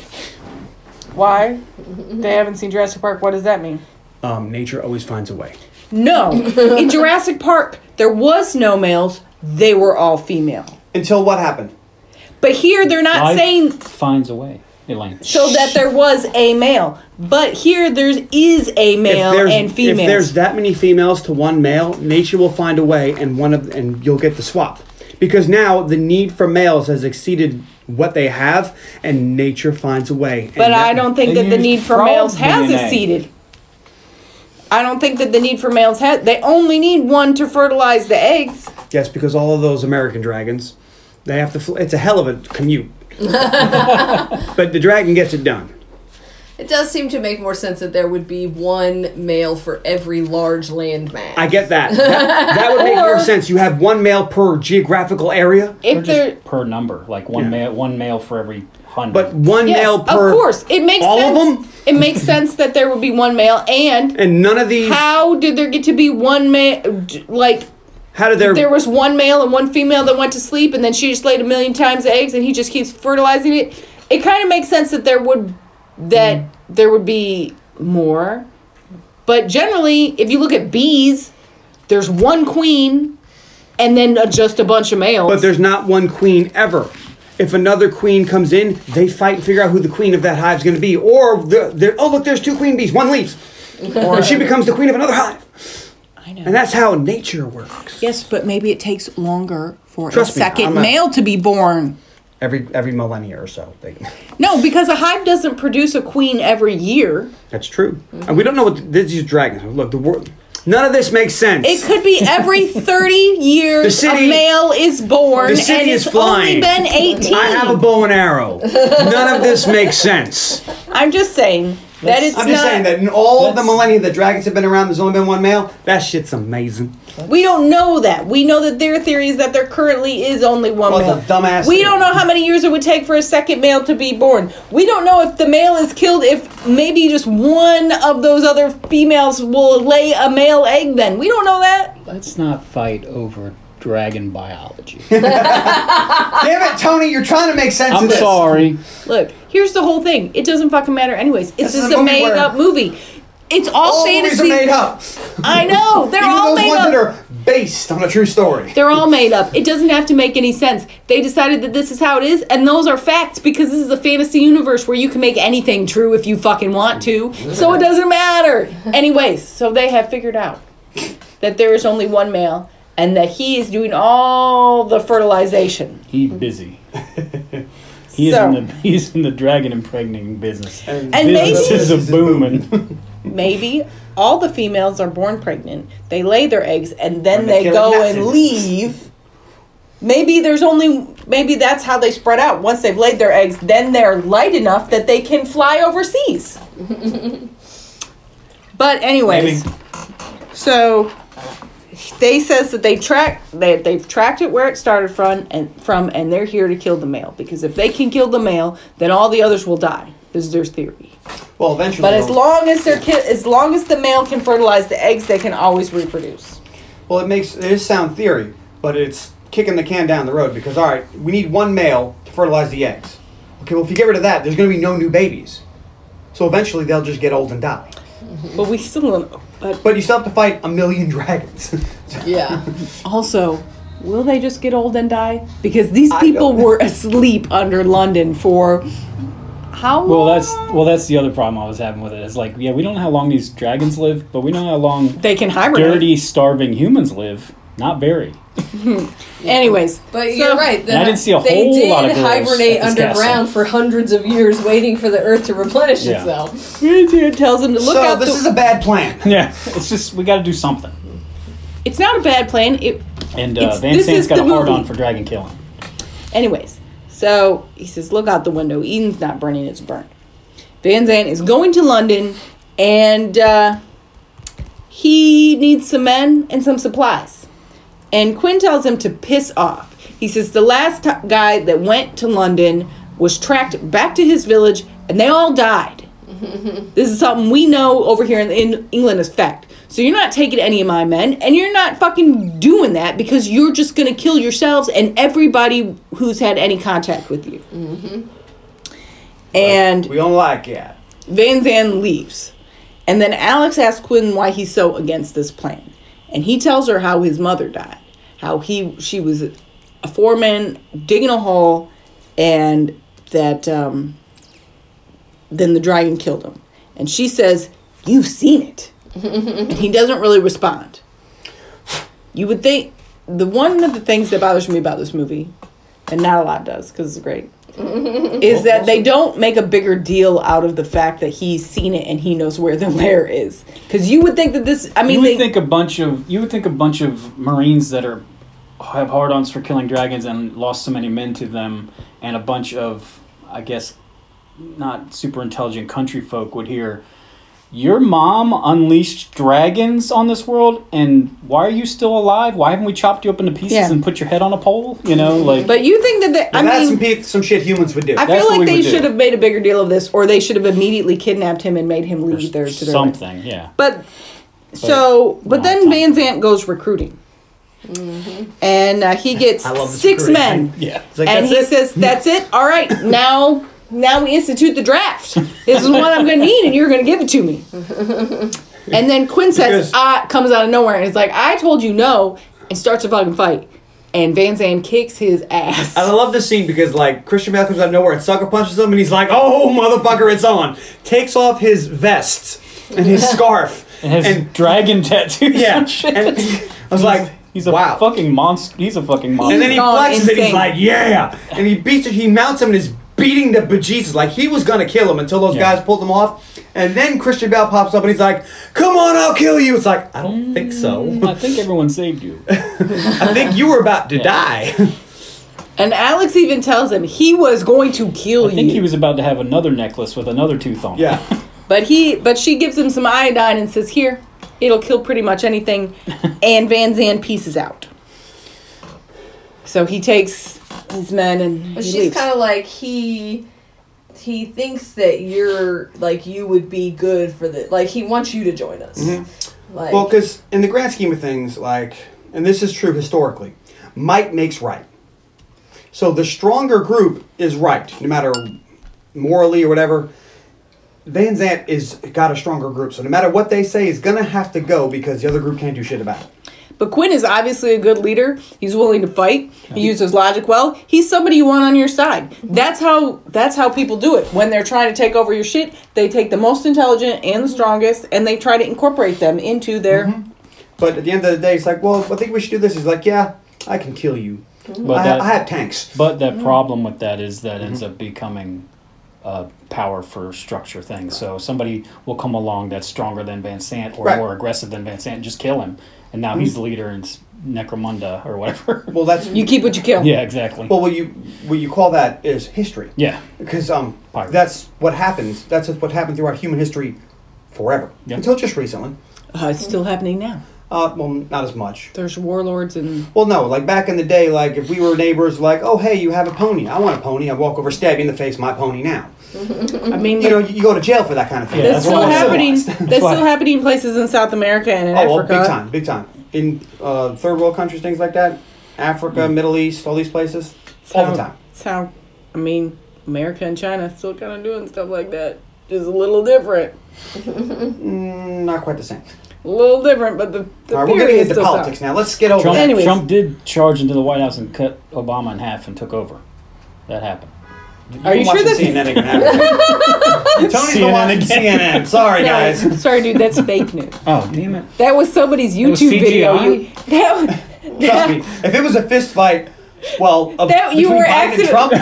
A: why they haven't seen Jurassic Park? What does that mean?
C: um, nature always finds a way.
A: No, in Jurassic Park there was no males; they were all female.
E: Until what happened?
A: But here they're not
D: Life
A: saying
D: finds a way. Elaine.
A: so that there was a male, but here there's is a male
C: there's,
A: and female.
C: If there's that many females to one male, nature will find a way, and one of and you'll get the swap. Because now the need for males has exceeded what they have, and nature finds a way.
A: But I don't think
D: They
A: that the
D: use
A: need for
D: frog
A: males has
D: DNA.
A: exceeded. I don't think that the need for males has. They only need one to fertilize the eggs.
C: Yes, because all of those American dragons, they have to. Fl- it's a hell of a commute. but the dragon gets it done.
B: It does seem to make more sense that there would be one male for every large landmass.
C: I get that. That, that would make more sense. You have one male per geographical area,
D: Or
A: If
D: just
A: they're
D: per number, like one
C: Yeah.
D: male, one male for every hundred.
C: but one
A: yes,
C: male
A: of
C: per.
A: course, it makes
C: all
A: sense.
C: of them,
A: It makes sense that there would be one male. And
C: and none of these. How,
A: how did there get to be one male? Like
C: did their
A: there was one male and one female that went to sleep, and then she just laid a million times the eggs, and he just keeps fertilizing it. It kind of makes sense that there would that
C: Mm-hmm.
A: there would be more, but generally, if you look at bees, there's one queen, and then uh, just a bunch of males.
C: But there's not one queen ever. If another queen comes in, they fight and figure out who the queen of that hive's going to be. Or they're, they're, oh look, there's two queen bees. One leaves, or she becomes the queen of another hive. I know. And that's how nature works.
A: Yes, but maybe it takes longer for
C: Trust
A: a
C: me, I'm
A: second
C: a-
A: male to be born.
C: Every every millennia or so, they,
A: No, because a hive doesn't produce a queen every year.
C: that's true. And we don't know what this is. Dragons. Look, the world. None of this makes sense.
A: It could be every 30
C: The
A: years
C: city-
A: a male is born
C: the city
A: and
C: is
A: it's
C: flying.
A: only been 18.
C: I have a bow and arrow. None of this makes sense.
A: I'm just saying that it's
C: I'm just
A: not
C: saying that in all the
D: let's-
C: millennia the dragons have been around, there's only been one male. That shit's amazing.
A: we don't know that. We know that their theory is that there currently is only one
C: Well,
A: male.
C: it's a dumbass
A: we
C: theory.
A: don't know how many years it would take for a second male to be born. We don't know if the male is killed if maybe just one of those other females will lay a male egg then. We don't know that.
D: Let's not fight over dragon biology.
C: Damn it, Tony, you're trying to make sense
D: I'm
C: of this.
D: sorry.
A: Look, here's the whole thing. It doesn't fucking matter anyways. It's
C: This is
A: just
C: a
A: a
C: movie where-
A: made up movie. It's all,
C: All movies
A: fantasy.
C: are made up.
A: I know. They're
C: Even
A: all
C: those
A: made
C: ones
A: up.
C: that are based on a true story.
A: They're all made up. It doesn't have to make any sense. They decided that this is how it is, and those are facts because this is a fantasy universe where you can make anything true if you fucking want to. So it doesn't matter. Anyways, so they have figured out that there is only one male and that he is doing all the fertilization.
D: He's busy. He's
A: So-
D: in the he's in the dragon impregnating business.
A: And
D: business
A: maybe-
D: is a booming.
A: Maybe all the females are born pregnant. They lay their eggs and
C: Or
A: then
C: they
A: they,
C: kill
A: go
C: it.
A: and leave. Maybe there's only maybe that's how they spread out. Once they've laid their eggs, then they're light enough that they can fly overseas. but anyways, so they says that they track they they've tracked it where it started from and from and they're here to kill the male because if they can kill the male, then all the others will die. Is their theory.
C: Well, eventually.
A: But as
C: they'll-
A: long as their kid, as long as the male can fertilize the eggs, they can always reproduce.
C: Well, it makes it is sound theory, but it's kicking the can down the road because all right, we need one male to fertilize the eggs. Okay, well if you get rid of that, there's going to be no new babies. So eventually they'll just get old and die.
A: But we still don't know. But
C: But you still have to fight a million dragons.
B: Yeah.
A: also, will they just get old and die? Because these
C: I
A: people
C: don't know.
A: were asleep under London for how long?
D: Well, that's well, that's the other problem I was having with it. It's like, yeah, we don't know how long these dragons live, but we know how long
A: they can hibernate.
D: dirty, starving humans live. Not very.
A: Anyways,
B: But
A: so-
B: you're right.
D: And I didn't see a
B: they
D: whole
B: did
D: lot of girls
B: hibernate
D: at this
B: underground for
D: castle.
B: hundreds of years, waiting for the Earth to replenish
D: Yeah.
B: itself.
A: It tells them to look
C: so
A: out.
C: this
A: the,
C: is a bad plan.
D: Yeah, it's just we got to do something.
A: it's not a bad plan. It
D: And uh,
A: It's-
D: Van
A: this
D: Sant's
A: is
D: got a
A: the
D: hard on
A: movie.
D: for dragon killing.
A: Anyways, so he says, Look out the window. Eden's not burning, it's burnt. Van Zandt is going to London and uh, he needs some men and some supplies. And Quinn tells him to piss off. He says, The last t- guy that went to London was tracked back to his village and they all died. this is something we know over here in, in England is fact. So you're not taking any of my men, and you're not fucking doing that because you're just gonna kill yourselves and everybody who's had any contact with you. And
C: We don't like it.
A: Van Zandt leaves. And then Alex asks Quinn why he's so against this plan. And he tells her how his mother died. How he she was a foreman digging a hole and that um, then the dragon killed him. And she says, You've seen it. and he doesn't really respond. You would think the one of the things that bothers me about this movie, and not a lot does because it's great, is that they don't make a bigger deal out of the fact that he's seen it and he knows where the lair is. Because you would think that this, I mean,
D: you would
A: they,
D: think a bunch of you would think a bunch of Marines that are have hard-ons for killing dragons and lost so many men to them, and a bunch of I guess not super intelligent country folk would hear. Your mom unleashed dragons on this world, and why are you still alive? Why haven't we chopped you up into pieces
A: Yeah.
D: and put your head on a pole? You know, like
A: but you think that they, I
C: And that's
A: mean,
C: some, pe- some shit humans would do.
A: I
D: That's
A: feel
D: what we
A: like they
D: would do.
A: should have made a bigger deal of this, or they should have immediately kidnapped him and made him leave there to their
D: something, yeah.
A: But so, but
D: not
A: then Van
D: time.
A: Zant goes recruiting, and uh, he gets
C: I love this
A: six
C: recruiting
A: men,
D: Yeah.
C: It's like,
A: and
C: that's
A: he
C: it?
A: says, "That's it. All right, now." Now we institute the draft. This is what I'm going to need, and you're going to give it to me. And then Quinn says,
C: Because-
A: "Ah," comes out of nowhere, and is like, "I told you no," and starts a fucking fight. and Van Zandt kicks his ass.
C: I love this scene because like Christian Bale comes out of nowhere and sucker punches him, and he's like, "Oh, motherfucker, it's on!" Takes off his vest and his scarf
D: And his
C: and
D: dragon tattoos.
C: yeah,
D: and shit.
C: and I was like,
D: he's a
C: wow.
D: fucking monster. He's a fucking monster.
C: and then he
A: gone
C: flexes it. He's
A: insane.
C: like, "Yeah!" And he beats it. He mounts him and is beating the bejesus like he was gonna kill him until those
D: Yeah.
C: guys pulled him off. And then Christian Bale pops up and he's like, "Come on, I'll kill you." It's like I don't think so.
D: I think everyone saved you.
C: I think you were about to die.
A: and Alex even tells him he was going to kill
D: I think he
A: you.
D: was about to have another necklace with another tooth on. it.
C: yeah.
A: But he but she gives him some iodine and says, Here, it'll kill pretty much anything and Van Zandt pieces out. So he takes his men and he
B: But she's
A: leaves.
B: kind of like he he thinks that you're like you would be good for the like he wants you to join us.
D: Mm-hmm.
B: Like
C: Well, because in the grand scheme of things, like, and this is true historically, might makes right. So the stronger group is right, no matter morally or whatever. Van Zant is got a stronger group, so no matter what they say, is gonna have to go because the other group can't do shit about it.
A: But Quinn is obviously a good leader. He's willing to fight. He uses logic well. He's somebody you want on your side. That's how that's how people do it. When they're trying to take over your shit, they take the most intelligent and the strongest and they try to incorporate them into their
C: But at the end of the day, it's like, well, I think we should do this. He's like, yeah, I can kill you.
D: But
C: I,
D: that,
C: I have tanks.
D: but that problem with that is that ends up becoming a power for structure thing. So somebody will come along that's stronger than Van Sant or
C: Right.
D: more aggressive than Van Sant and just kill him. And now he's the leader and it's Necromunda or whatever.
C: Well, that's
A: you keep what you kill.
D: yeah, exactly.
C: well, what you what you call that is history.
D: yeah.
C: because um,
D: Pirate.
C: that's what happens. That's what happened throughout human history, forever
D: Yeah.
C: until just recently.
A: Uh, it's still happening now.
C: Uh, well, not as much.
A: There's warlords and
C: Well, no, like back in the day, like if we were neighbors, like, oh hey, you have a pony. I want a pony. I walk over, stab you in the face, my pony now.
A: I mean
C: You know, you go to jail for that kind of thing.
D: Yeah,
A: that's
D: that's
A: still
D: why I said
A: happening.
D: lost.
A: That's
D: why-
A: still happening in places in South America and in
C: Oh, well,
A: Africa.
C: big time, big time. In uh, third world countries, things like that, Africa, Middle East, all these places, all the
A: So-
C: time.
A: That's how I mean America and China still kind of doing stuff like that. Just a little different.
C: Mm, not quite the same.
A: A little different, but the, the
C: All right,
A: theory
C: we're getting
A: is
C: into
A: still
C: politics
A: politics.
C: now. Let's get over
D: Trump,
C: that.
A: Anyways.
D: Trump did charge into the White House and cut Obama in half and took over. That happened.
A: Are you sure this?
C: CNN again? Tony's been
D: CNN
C: watching
D: again.
C: CNN. Sorry, guys.
A: Sorry, sorry, dude, that's fake news.
D: Oh, damn it.
A: That was somebody's
D: was
A: YouTube video.
D: CGI?
A: You, that,
C: Trust me, if it was a fist fight, well, of,
A: That- you
C: between
A: were
C: Biden
A: accident-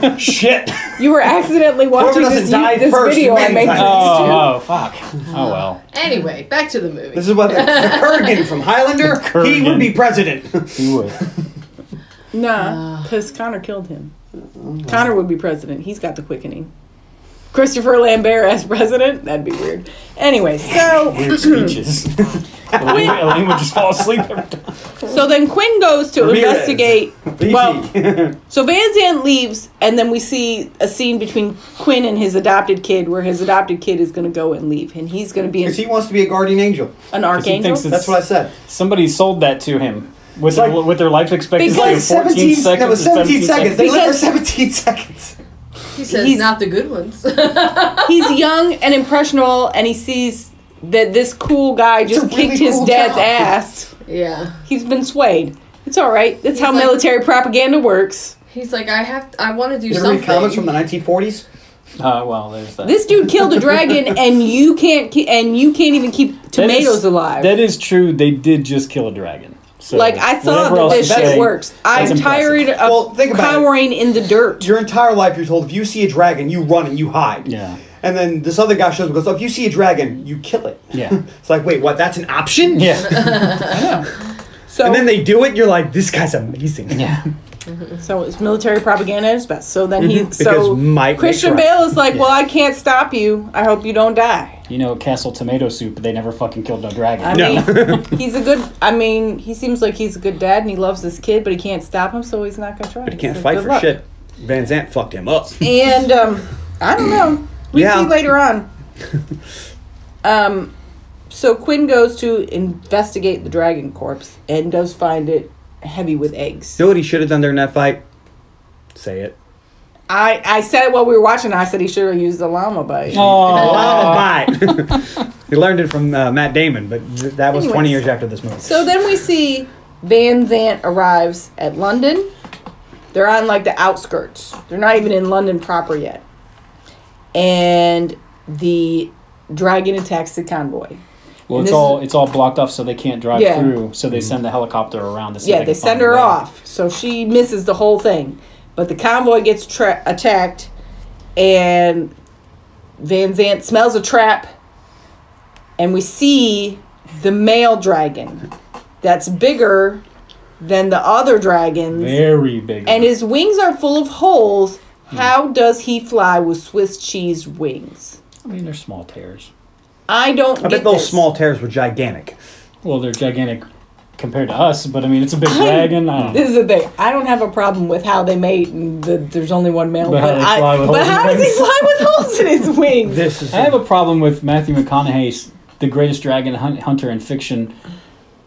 C: Trump, shit.
A: you were accidentally watching
C: doesn't
A: this,
C: die
A: you- this
C: first
A: video I
C: wins.
A: made.
C: Oh.
D: Oh, oh, fuck. Oh, well.
B: anyway, back to the movie.
C: This is what the Kurgan from Highlander. He
D: Kurgan.
C: would be president.
D: He would.
A: Nah, because Connor killed him. Connor would be president. He's got the quickening. Christopher Lambert as president? That'd be weird. Anyway, so
D: Weird speeches. Elaine, Elaine would just fall asleep every time.
A: so then Quinn goes to
C: Ramirez.
A: investigate. Well,
C: VP.
A: So Van Zandt leaves, and then we see a scene between Quinn and his adopted kid, where his adopted kid is going to go and leave, and he's going to be an,
C: because he wants to be a guardian angel.
A: an
D: He
A: archangel.
D: thinks it's-
C: That's what I said.
D: Somebody sold that to him with,
C: like-
D: their, with their life expectancy of
C: Like 17,
D: 14 seconds.
C: no, it was
D: to
C: 17 seconds. They lived for
A: Because-
C: 17 seconds.
B: he says
A: he's-
B: not the good ones.
A: he's young and impressionable, and he sees that this cool guy just
C: a really
A: kicked his
C: cool
A: dad's
C: job.
A: ass.
B: yeah.
A: He's been swayed. It's all right. That's how
B: like-
A: military propaganda works.
B: He's like I have I want to do
C: You ever read
B: something.
C: comments from the 1940s?
A: Uh,
D: Oh, well, there's that.
A: This dude killed a dragon, and you can't ki- and you can't even keep
D: That is-
A: tomatoes alive.
D: That is true. They did just kill a dragon. So
A: like I saw
D: whatever
A: that
D: else
A: this
D: you
A: shit
D: say,
A: works.
D: that's
A: I'm
D: impressive.
A: tired of
C: Well, think about it.
A: cowering in the dirt.
C: Your entire life, you're told if you see a dragon, you run and you hide.
D: Yeah.
C: And then this other guy shows up and goes, oh, if you see a dragon, you kill it.
D: Yeah.
C: It's like, wait, what? That's an option?
D: Yeah.
A: So
C: And then they do it, you're like, this guy's amazing.
D: yeah.
A: So it's military propaganda at its best. So then he so
C: Because Mike
A: Christian
C: makes right.
A: Bale is like, "Well, I can't stop you. I hope you don't die."
D: You know, Castle Tomato Soup, they never fucking killed no dragon.
A: I
C: No.
A: mean, he's a good. I mean, he seems like he's a good dad, and he loves his kid, but he can't stop him, so he's not gonna try. But
C: He can't fight for shit. Van Zant fucked him up.
A: And um, I don't know. We
C: Yeah.
A: see later on. um, so Quinn goes to investigate the dragon corpse and does find it heavy with eggs.
C: You know what he should have done during that fight? Say it.
A: I I said it while we were watching. I said he should have used the llama bite.
D: Oh,
C: Oh, bye. he learned it from uh, Matt Damon, but th- that was 20 years after this movie.
A: So then we see Van Zant arrives at London. They're on like the outskirts. They're not even in London proper yet. And the dragon attacks the convoy. And
D: Well, it's
A: this
D: all it's all blocked off, so they can't drive
A: Yeah.
D: through. So they send the helicopter around to see. if
A: yeah,
D: can
A: they send
D: find a
A: her
D: way.
A: off. So she misses the whole thing. But the convoy gets tra- attacked, and Van Zant smells a trap, and we see the male dragon that's bigger than the other dragons,
D: Very big.
A: and his wings are full of holes. How does he fly with Swiss cheese wings?
D: I mean, they're small tears.
A: I don't.
F: I bet
A: get
F: those
A: this.
F: small tears were gigantic.
D: Well, they're gigantic compared to us, but I mean, it's a big dragon. I don't know.
A: This is the thing. I don't have a problem with how they mate and the, there's only one male.
D: But
A: But,
D: how they
A: I,
D: fly with
A: but
D: holes in
A: how does he
D: wings.
A: fly with holes in his wings?
F: This is
D: I have a problem with Matthew McConaughey's the greatest dragon hun- hunter in fiction,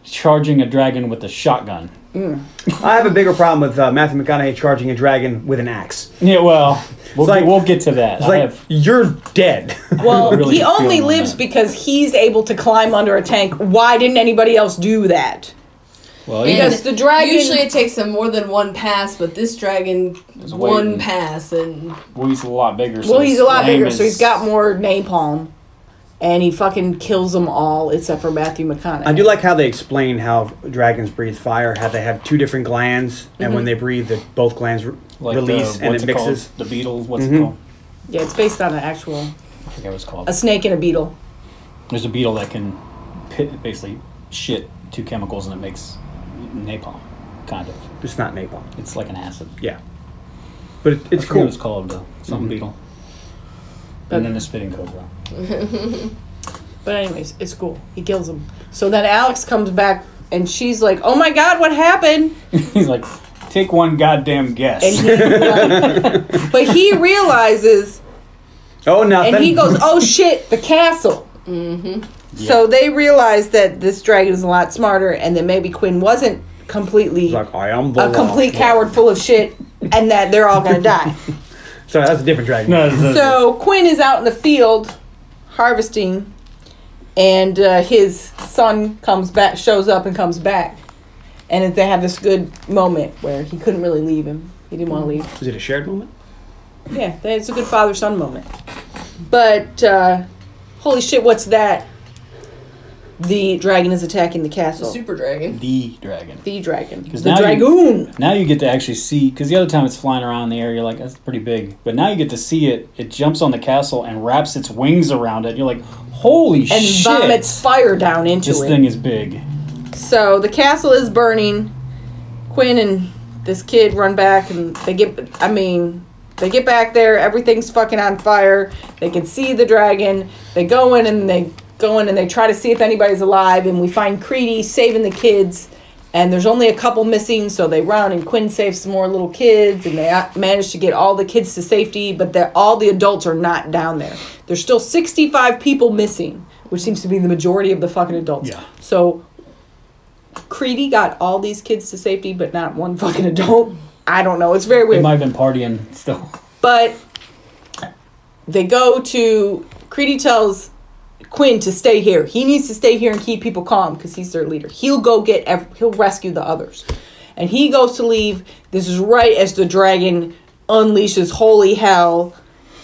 D: charging a dragon with a shotgun.
F: I have a bigger problem with uh, Matthew McConaughey charging a dragon with an axe. It's
D: Yeah, well, we'll,
F: like-
D: get, we'll get to that. I
F: like
D: have
F: you're dead.
A: Well,
D: really
A: he
D: feel
A: only
D: on
A: lives
D: that.
A: because he's able to climb under a tank. Why didn't anybody else do that?
D: well,
B: And
D: yeah.
A: Because the dragon-
B: Usually it takes them more than one pass, but this dragon, one
D: waiting.
B: pass, and
D: well, he's a lot bigger. So
A: Well, he's
D: his
A: a lot
D: aim
A: bigger,
D: is-
A: so he's got more napalm, and he fucking kills them all except for Matthew McConaughey.
F: I do like how they explain how dragons breathe fire, how they have two different glands, and when they breathe, that both glands re-
D: Mm-hmm. like the-
F: release and
D: what's
F: it
D: it called?
F: mixes.
D: the beetle. What's it
A: Mm-hmm.
F: Mhm.
D: called?
A: Yeah, it's based on an actual
D: I forget what it's called.
A: a snake and a beetle.
D: There's a beetle that can pit, basically shit two chemicals and it makes napalm, kind of.
F: It's not napalm.
D: It's like an acid.
F: Yeah, but it,
D: I
F: it's
D: forget what
F: cool.
D: it's Mm-hmm. called though. Something beetle.
A: But-
D: and then a spitting cobra.
A: But anyways, it's cool. He kills him. So then Alex comes back, and she's like, "Oh my god, what happened?"
D: he's like, take one goddamn guess.
A: And he's like- but he realizes,
F: Oh, nothing.
A: and he goes, "Oh shit, the castle." So they realize that this dragon is a lot smarter, and that maybe Quinn wasn't completely
F: He's like, I am the
A: a
F: law."
A: complete coward full of shit, and that they're all gonna die.
F: So that's a different dragon.
D: No, no, no, no.
A: so Quinn is out in the field harvesting, and uh, his son comes back, shows up, and comes back, and they have this good moment where he couldn't really leave him. He didn't want to leave.
F: Is it a shared moment?
A: Yeah, that- it's a good father son moment. But uh, holy shit, what's that? The dragon is attacking the castle.
B: super dragon.
D: the dragon.
A: The dragon. The
D: now you-
A: dragoon.
D: Now you get to actually see because the other time it's flying around in the air, you're like, that's pretty big. But now you get to see it. It jumps on the castle and wraps its wings around it. You're like, holy
A: and
D: shit!
A: vomits fire down into
D: this
A: it.
D: thing is big.
A: So the castle is burning. Quinn and this kid run back and they get I mean, they get back there, everything's fucking on fire. They can see the dragon. They go in and they go in and they try to see if anybody's alive and we find Creedy saving the kids and there's only a couple missing so they run and Quinn saves some more little kids and they a- manage to get all the kids to safety but they're- all the adults are not down there. There's still 65 people missing, which seems to be the majority of the fucking adults.
D: Yeah.
A: So Creedy got all these kids to safety, but not one fucking adult. I don't know. It's very
D: They
A: weird.
D: might have been partying still.
A: but they go to Creedy tells Quinn to stay here. He needs to stay here and keep people calm because he's their leader. He'll go get. Ev- he'll rescue the others, and he goes to leave. This is right as the dragon unleashes holy hell,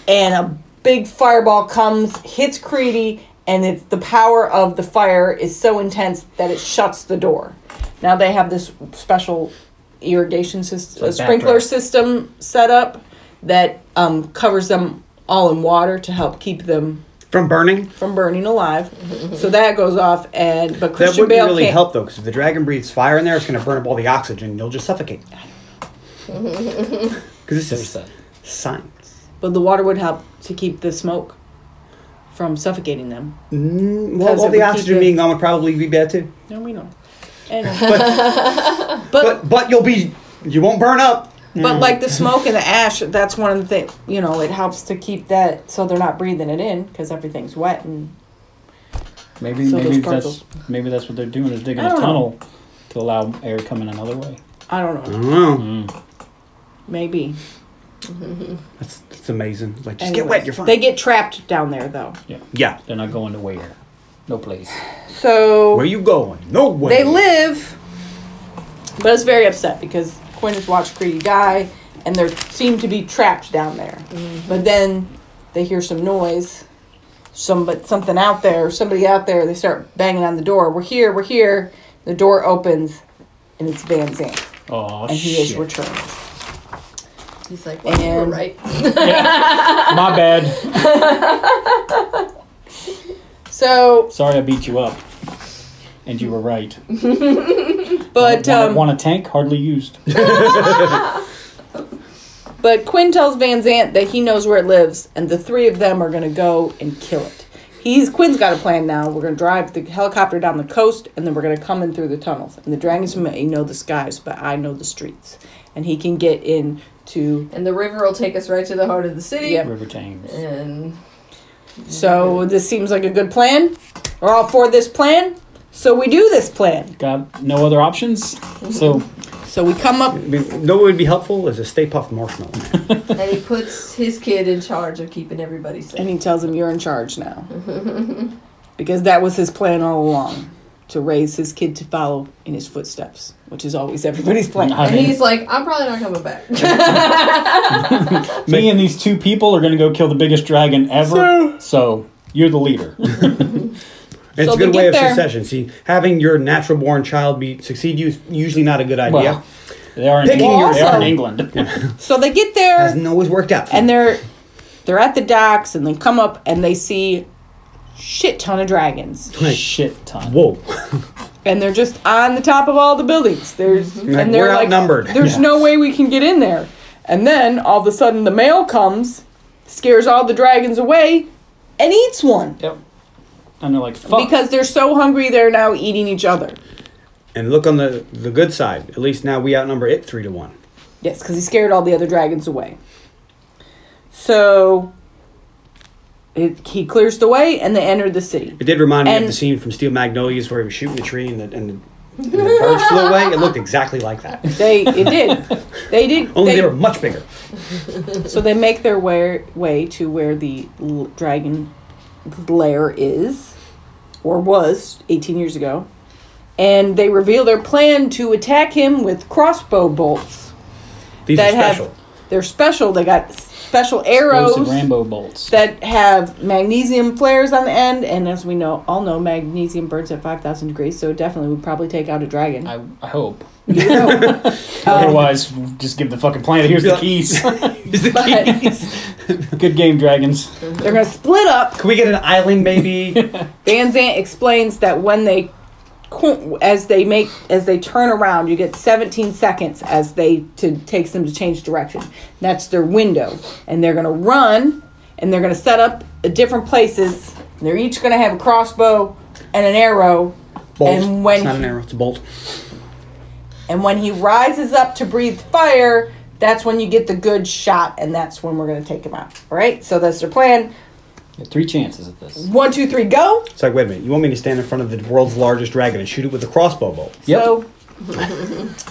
A: and a big fireball comes, hits Creedy, and it's the power of the fire is so intense that it shuts the door. Now they have this special irrigation system,
D: like
A: sprinkler
D: backdraft.
A: system set up that um, covers them all in water to help keep them
F: From burning?
A: from burning alive. so that goes off, and but
F: That
A: Christian
F: wouldn't
A: Bale
F: really
A: can't.
F: help though, because if the dragon breathes fire in there, it's going to burn up all the oxygen. and You'll just suffocate. Because this is
D: There's
F: science.
A: But the water would help to keep the smoke from suffocating them.
F: Mm,
A: Because
F: well, all
A: it
F: the
A: would keep
F: oxygen
A: it-
F: being gone would probably be bad too.
A: No, we know. Anyway. but,
F: But but you'll be you won't burn up.
A: But like the smoke and the ash, that's one of the things. You know, it helps to keep that so they're not breathing it in because everything's wet and
D: Maybe
A: So
D: maybe
A: those
D: that's
A: particles.
D: maybe that's what they're doing is digging
A: I
D: a
A: don't know.
D: tunnel to allow air coming another way.
A: I don't know.
F: Oh,
A: Maybe
F: that's that's amazing. Like just
A: Anyways,
F: get wet, you're fine.
A: They get trapped down there though.
D: Yeah,
F: yeah.
D: they're not going to where, no place.
A: So
F: Where you going? No way.
A: they live But I was very upset because Quinn has watched Creedy die, and they seem to be trapped down there. But then they hear some noise, some but something out there, somebody out there. They start banging on the door. We're here. We're here. The door opens, and it's Van Zandt,
D: Oh
A: and he
D: shit!
A: is returned.
B: He's like, well, you were
A: And-
B: right.
D: My bad.
A: So,
D: Sorry, I beat you up. And you were right.
A: but
D: want,
A: um,
D: want a tank? Hardly used.
A: But Quinn tells Van Zant that he knows where it lives, and the three of them are going to go and kill it. He's Quinn's got a plan now. We're going to drive the helicopter down the coast, and then we're going to come in through the tunnels. And the dragons may know the skies, but I know the streets. And he can get in to.
B: And the river will take us right to the heart of the city.
A: Yep.
D: River Thames.
B: And
A: So this seems like a good plan. We're all for this plan. So we do this plan.
D: Got no other options? So
A: So we come up.
F: Be- No, what would be helpful is a Stay Puff marshmallow.
B: and he puts his kid in charge of keeping everybody safe.
A: And he tells him, You're in charge now. because that was his plan all along to raise his kid to follow in his footsteps, which is always everybody's plan.
D: I
B: And
D: mean,
B: he's like, I'm probably not coming back.
D: me and these two people are gonna go kill the biggest dragon ever. So, you're the leader.
F: It's
A: So
F: a good
A: they
F: way
A: get
F: of
A: there.
F: succession. See, having your natural born child be succeed you is usually not a good idea.
D: Well, they are in,
F: Picking
D: England.
F: your
D: they are in
A: son.
D: England.
A: So they get there
F: Hasn't always worked out. For
A: and
F: you.
A: they're they're at the docks and they come up and they see shit ton of dragons.
F: Like,
D: Shit ton.
F: whoa,
A: And they're just on the top of all the buildings. There's
F: Like,
A: and they're
F: we're
A: like
F: outnumbered.
A: there's no way we can get in there. And then all of a sudden the male comes, scares all the dragons away, and eats one.
D: Yep. And they're like, fuck.
A: Because they're so hungry they're now eating each other.
F: and look on the the good side. At least now we outnumber it three to one.
A: Yes, because he scared all the other dragons away. So it, he clears the way and they enter the city.
F: It did remind me of
A: And-
F: the scene from Steel Magnolias where he was shooting the tree and the, and the, and the birds flew away. It looked exactly like that.
A: They it did. They did.
F: Only they, were much bigger.
A: so they make their way, way to where the l- dragon lair is, or was 18 years ago, and they reveal their plan to attack him with crossbow bolts
F: These
A: that
F: are special.
A: have they're special. They got special arrows.
D: Explosive Rambo bolts.
A: that have magnesium flares on the end, and as we know, all know, magnesium burns at five thousand degrees, so it definitely would probably take out a dragon.
D: I, I hope. Otherwise, just give the fucking planet. Here's the
F: Yeah.
D: keys.
F: Is the
A: But-
F: key-
D: Good game, dragons.
A: They're gonna split up.
F: Can we get an island, maybe?
A: Van Zant explains that when they, qu- as they make, as they turn around, you get seventeen seconds as they to takes them to change direction. That's their window, and they're gonna run, and they're gonna set up at different places. They're each gonna have a crossbow and an arrow.
F: bolt.
A: And when
F: it's not an
A: he-
F: arrow. It's a bolt.
A: And when he rises up to breathe fire, that's when you get the good shot, and that's when we're going to take him out. All right, so that's their plan.
D: Yeah, Three chances at this.
A: One, two, three, go.
F: It's like, wait a minute. You want me to stand in front of the world's largest dragon and shoot it with a crossbow bolt?
D: Yep.
A: So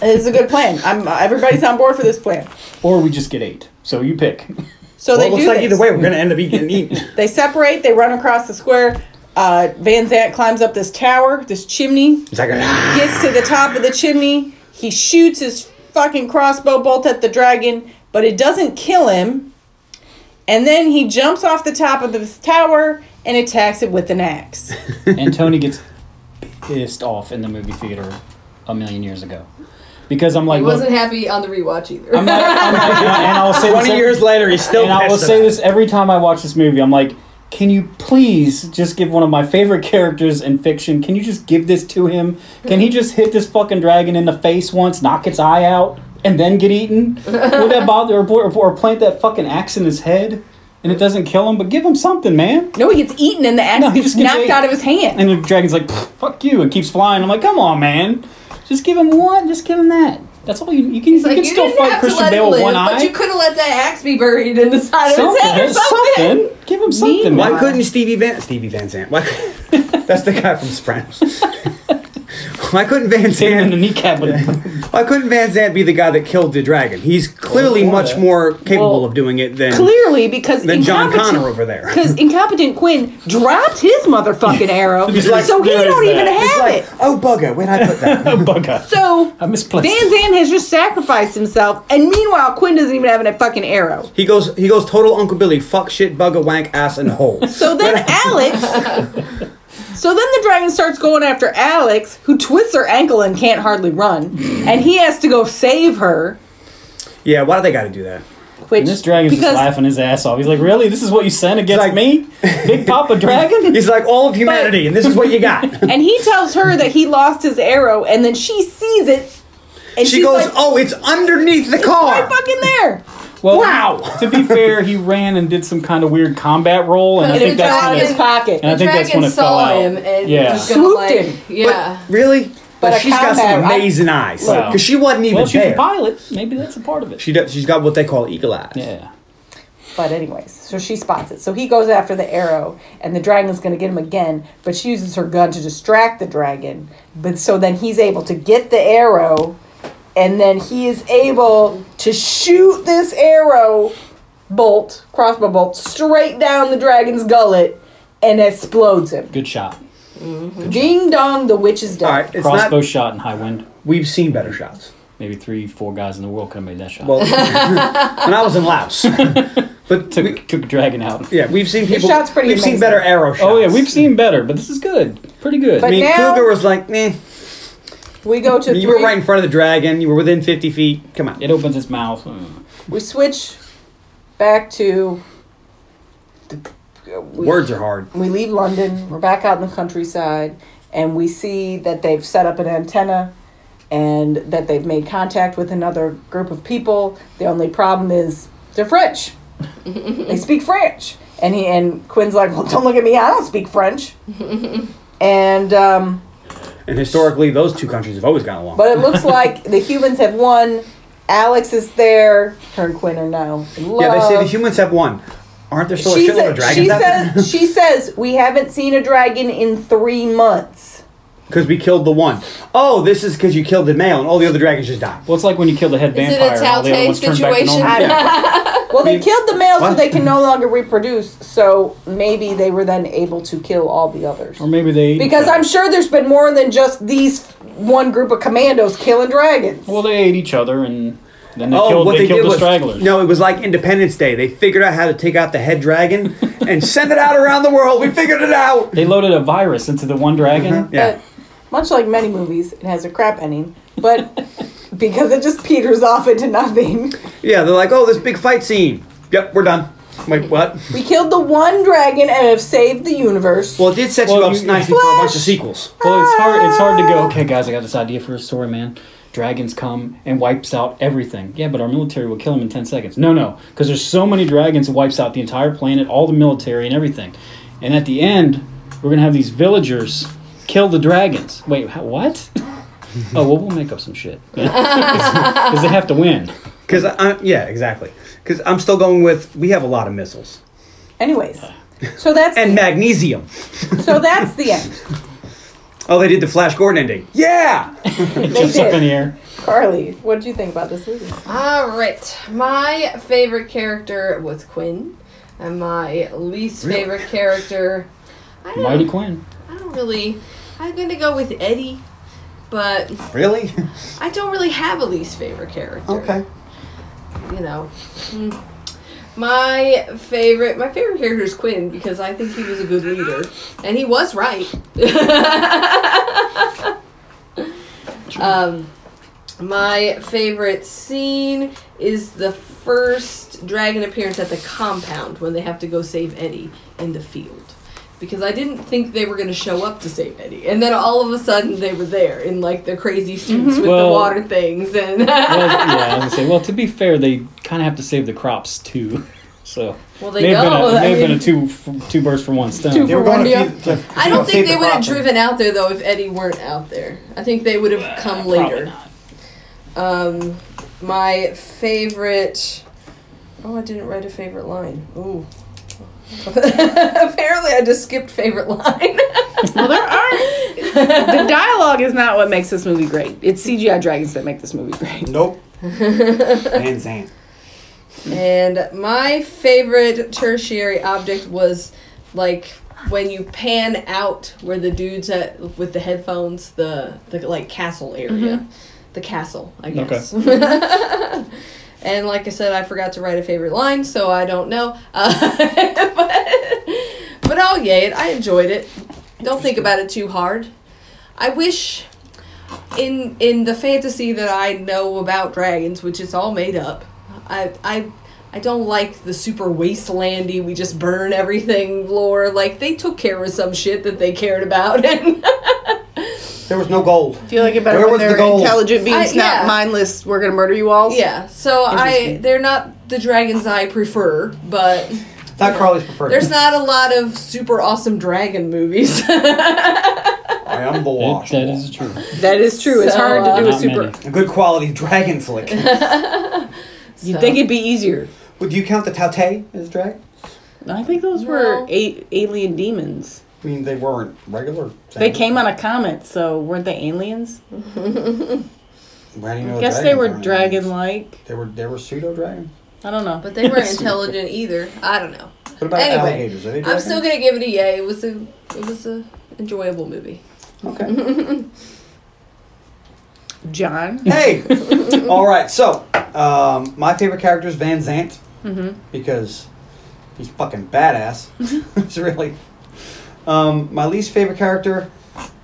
A: it's a good plan. I'm everybody's on board for this plan.
D: Or we just get eight. So you pick.
A: So
F: Well,
A: they
F: it looks
A: do
F: like
A: this.
F: either way, we're going to end up eating. eating.
A: They separate. They run across the square. Uh, Van Zant climbs up this tower, this chimney.
F: It's like, ah.
A: Gets to the top of the chimney. He shoots his fucking crossbow bolt at the dragon, but it doesn't kill him. And then he jumps off the top of this tower and attacks it with an axe.
D: and Tony gets pissed off in the movie theater a million years ago. Because I'm
B: He
D: like, look,
B: wasn't happy on the rewatch either.
D: I'm not, I'm not- and I- and I'll say this
F: 20
D: every-
F: years later, he's still
D: and I will
F: pissed
D: say
F: about it.
D: this every time I watch this movie. I'm like, can you please just give one of my favorite characters in fiction? Can you just give this to him? Can he just hit this fucking dragon in the face once, knock its eye out, and then get eaten? Would that bother or, or, or plant that fucking axe in his head and it doesn't kill him? But give him something, man.
A: No, he gets eaten and the axe
D: No, he
A: gets
D: just gets
A: knocked
D: ate.
A: out of his hand.
D: And the dragon's like, "Pfft, fuck you, and keeps flying. I'm like, come on, man. Just give him one. Just give him that. That's all you, you can.
B: He's
D: you
B: like,
D: can
B: you
D: still
B: didn't
D: fight
B: have
D: Christian
B: to let him
D: Bale with
B: live,
D: one
B: but you
D: eye.
B: could have let that axe be buried in the side of his head
D: Something,
B: or something.
D: something. Give him something.
F: Why
D: man.
F: couldn't Stevie Van Stevie Van Zandt? Why? That's the guy from Sopranos.
C: Why couldn't Van
D: Hit him in the
C: Zandt?
D: kneecap with a
C: Why couldn't Van Zandt be the guy that killed the dragon? He's clearly
D: Well,
C: much
D: yeah.
C: more capable
E: Well,
C: of doing it than
E: Clearly, because
C: Then John
E: incompetent-
C: Connor over there.
E: Because incompetent Quinn dropped his motherfucking arrow,
D: like,
E: so he
D: there is
E: don't even
D: that.
E: have it.
C: Oh bugger! Where'd I put that?
D: bug eye.
E: So
D: I misplaced
E: Van
D: it.
E: Zandt has just sacrificed himself, and meanwhile Quinn doesn't even have a fucking arrow.
C: he goes. He goes total Uncle Billy. Fuck shit, bugger, wank, ass, and hole.
E: So then Alex. So then the dragon starts going after Alex, who twists her ankle and can't hardly run, and he has to go save her.
C: Yeah, why do they got to do that?
E: Which
D: And this dragon's just
E: because-
D: laughing his ass off. He's like, "Really? This is what you sent against
C: like-
D: me, Big Papa Dragon?"
C: He's like all of humanity, and this is what you got.
E: And he tells her that he lost his arrow, and then she sees it, and
C: she
E: she's
C: goes,
E: like, "Oh,
C: "Oh, it's underneath the car."
E: right fucking there."
D: Well,
C: Wow.
D: To be fair, he ran and did some kind of weird combat roll, and I
B: And
D: think
E: And it fell
D: that's
E: out
D: when
E: of his
D: it,
E: pocket.
D: and I think that's
B: Dragon
D: when it fell
B: saw
D: out.
B: him and
D: yeah.
B: was gonna
E: Swooped
B: like,
E: him.
B: Yeah.
C: Really? But
G: a
C: she's got
G: combat-
C: some amazing eyes.
D: Wow.
C: Because she wasn't even
D: well, she's a
C: there.
D: pilot. Maybe that's a part of it.
C: She does, she's got what they call eagle eyes.
D: yeah.
E: But anyways, so she spots it. So he goes after the arrow, and the dragon's going to get him again. But she uses her gun to distract the dragon. But so then he's able to get the arrow, and then he is able to shoot this arrow bolt, crossbow bolt, straight down the dragon's gullet, and explodes him.
D: Good shot.
E: Ding dong, the witch is dead.
C: All right, it's
D: Crossbow
C: not.
D: shot in high wind.
C: We've seen better shots.
D: Maybe three, four guys in the world could have made that shot.
C: Well, when I was in Laos, but
D: took
C: we-
D: took a dragon out.
C: yeah, we've seen people.
E: shot's pretty
C: We've seen
E: amazing.
C: better arrow shots.
D: Oh yeah, we've seen better, but this is good. Pretty good.
E: But
C: I mean,
E: now-
C: Cougar was like, eh.
E: We go to
C: You were
E: three-
C: right in front of the dragon. You were within fifty feet. Come on.
D: it opens its mouth. Mm.
E: We switch back to the, we,
C: Words are hard.
E: we leave London. We're back out in the countryside, and we see that they've set up an antenna, and that they've made contact with another group of people. The only problem is they're French. they speak French, and he and Quinn's like, "Well, don't look at me. I don't speak French." and um,
C: And historically, those two countries have always gotten along.
E: but it looks like the humans have won. Alex is there. Her and Quinn are now. in
C: yeah, they say the
E: love.
C: humans have won. Aren't there still
E: she
C: a shitload of
E: said,
C: dragons
E: she
C: out there?
E: says she says we haven't seen a dragon in three months.
C: Because we killed the one. Oh, this is because you killed the male, and all the other dragons just died.
D: Well, it's like when you kill the head
B: Is it
D: vampire.
B: a
D: all the other
B: Tao-Te
D: ones turn back to
B: situation?
D: normal.
E: Well, they killed the male so
C: What?
E: they can no longer reproduce. So maybe they were then able to kill all the others.
D: Or maybe they
E: Because I'm sure there's been more than just these one group of commandos killing dragons.
D: Well, they ate each other and then
C: Oh,
D: they killed, they killed the stragglers.
C: no, it was like Independence Day. They figured out how to take out the head dragon and send it out around the world. We figured it out.
D: They loaded a virus into the one dragon.
C: Yeah,
E: Much like many movies, it has a crap ending, but because it just peters off into nothing.
C: yeah. They're like, oh, this big fight scene. Yep, we're done. I'm like, what?
E: We killed the one dragon and have saved the universe.
C: Well, it did set
D: Well,
C: you up
D: you-
C: nicely for a bunch of sequels.
D: Well, it's hard. It's hard to go. Okay, guys, I got this idea for a story, man. Dragons come and wipes out everything. Yeah, but our military will kill them in ten seconds. No, no, because there's so many dragons, it wipes out the entire planet, all the military, and everything. And at the end, we're gonna have these villagers kill the dragons. Wait, how, what? oh, well, we'll make up some shit because they have to win.
C: Because I, I, yeah, exactly. Because I'm still going with we have a lot of missiles
E: Anyways, so that's
C: and magnesium.
E: so that's the end.
C: Oh, they did the Flash Gordon ending. Yeah.
E: They
D: Jumps up
E: did.
D: in the air.
E: Carly, what did you think about this movie?
B: All right. My favorite character was Quinn, and my least favorite character. I don't,
D: Mighty Quinn.
B: I don't really. I'm gonna go with Eddie, but
C: Really?
B: I don't really have a least favorite character. You know. Mm. My favorite, my favorite character is Quinn because I think he was a good leader, and he was right. um, my favorite scene is the first dragon appearance at the compound when they have to go save Eddie in the field. Because I didn't think they were going to show up to save Eddie. And then all of a sudden they were there in like their crazy suits with the
D: Well-
B: water things. And
D: Well, yeah, I was gonna say. Well, to be fair, they kind of have to save the crops too. So
B: Well, they
D: may have
B: don't.
D: been a,
B: I
D: may have been
B: mean-
D: a two f- two birds for one stone.
C: They were going
G: Rwanda?
C: to, feed- to
B: I
C: you know,
B: don't think
C: save
B: they
C: the
B: would have
C: crop.
B: driven out there though if Eddie weren't out there. I think they would have come later. Um, my favorite. Oh, I didn't write a favorite line. Ooh. Apparently, I just skipped favorite line.
E: Well, there aren't.
A: the dialogue is not what makes this movie great. It's CGI dragons that make this movie great.
C: Nope. and Zan.
B: And my favorite tertiary object was like when you pan out where the dudes at with the headphones, the the like castle area, the castle, I guess. and like I said, I forgot to write a favorite line, so I don't know. Uh, but but I'll yay it. I enjoyed it. Don't think about it too hard. I wish in in the fantasy that I know about dragons, which is all made up, I I I don't like the super wastelandy we just burn everything lore. Like they took care of some shit that they cared about and
C: There was no gold.
A: feel like it better
C: Where
A: when
C: was the
A: they're
C: goal?
A: intelligent beings,
B: I- yeah.
A: not mindless. We're gonna murder you all.
B: Yeah. So I they're not the dragons I prefer, but
C: Not Carly's preferred.
B: there's not a lot of super awesome dragon movies.
C: I am the
D: That-
C: wash.
D: that is true.
A: that is true. it's
B: So,
A: hard to do a
D: uh, Not
A: super.
D: many.
C: A good quality dragon flick.
A: You'd think it'd be easier.
C: Would you count the Taute as drag?
A: I think those
B: No.
A: were a- alien demons.
C: I mean, they weren't regular.
A: They came on a comet, so weren't they aliens?
C: I
A: I guess they were dragon-like.
C: They were they were pseudo dragons.
A: I don't know.
B: but they weren't intelligent either. I don't know.
C: What about
B: Anyway,
C: alligators? Are they
B: I'm
C: dragons?
B: still gonna give it a yay. It was a it was a enjoyable movie.
C: Okay.
A: John.
C: hey. All right. So, um, my favorite character is Van Zant because he's fucking badass. it's really. Um, my least favorite character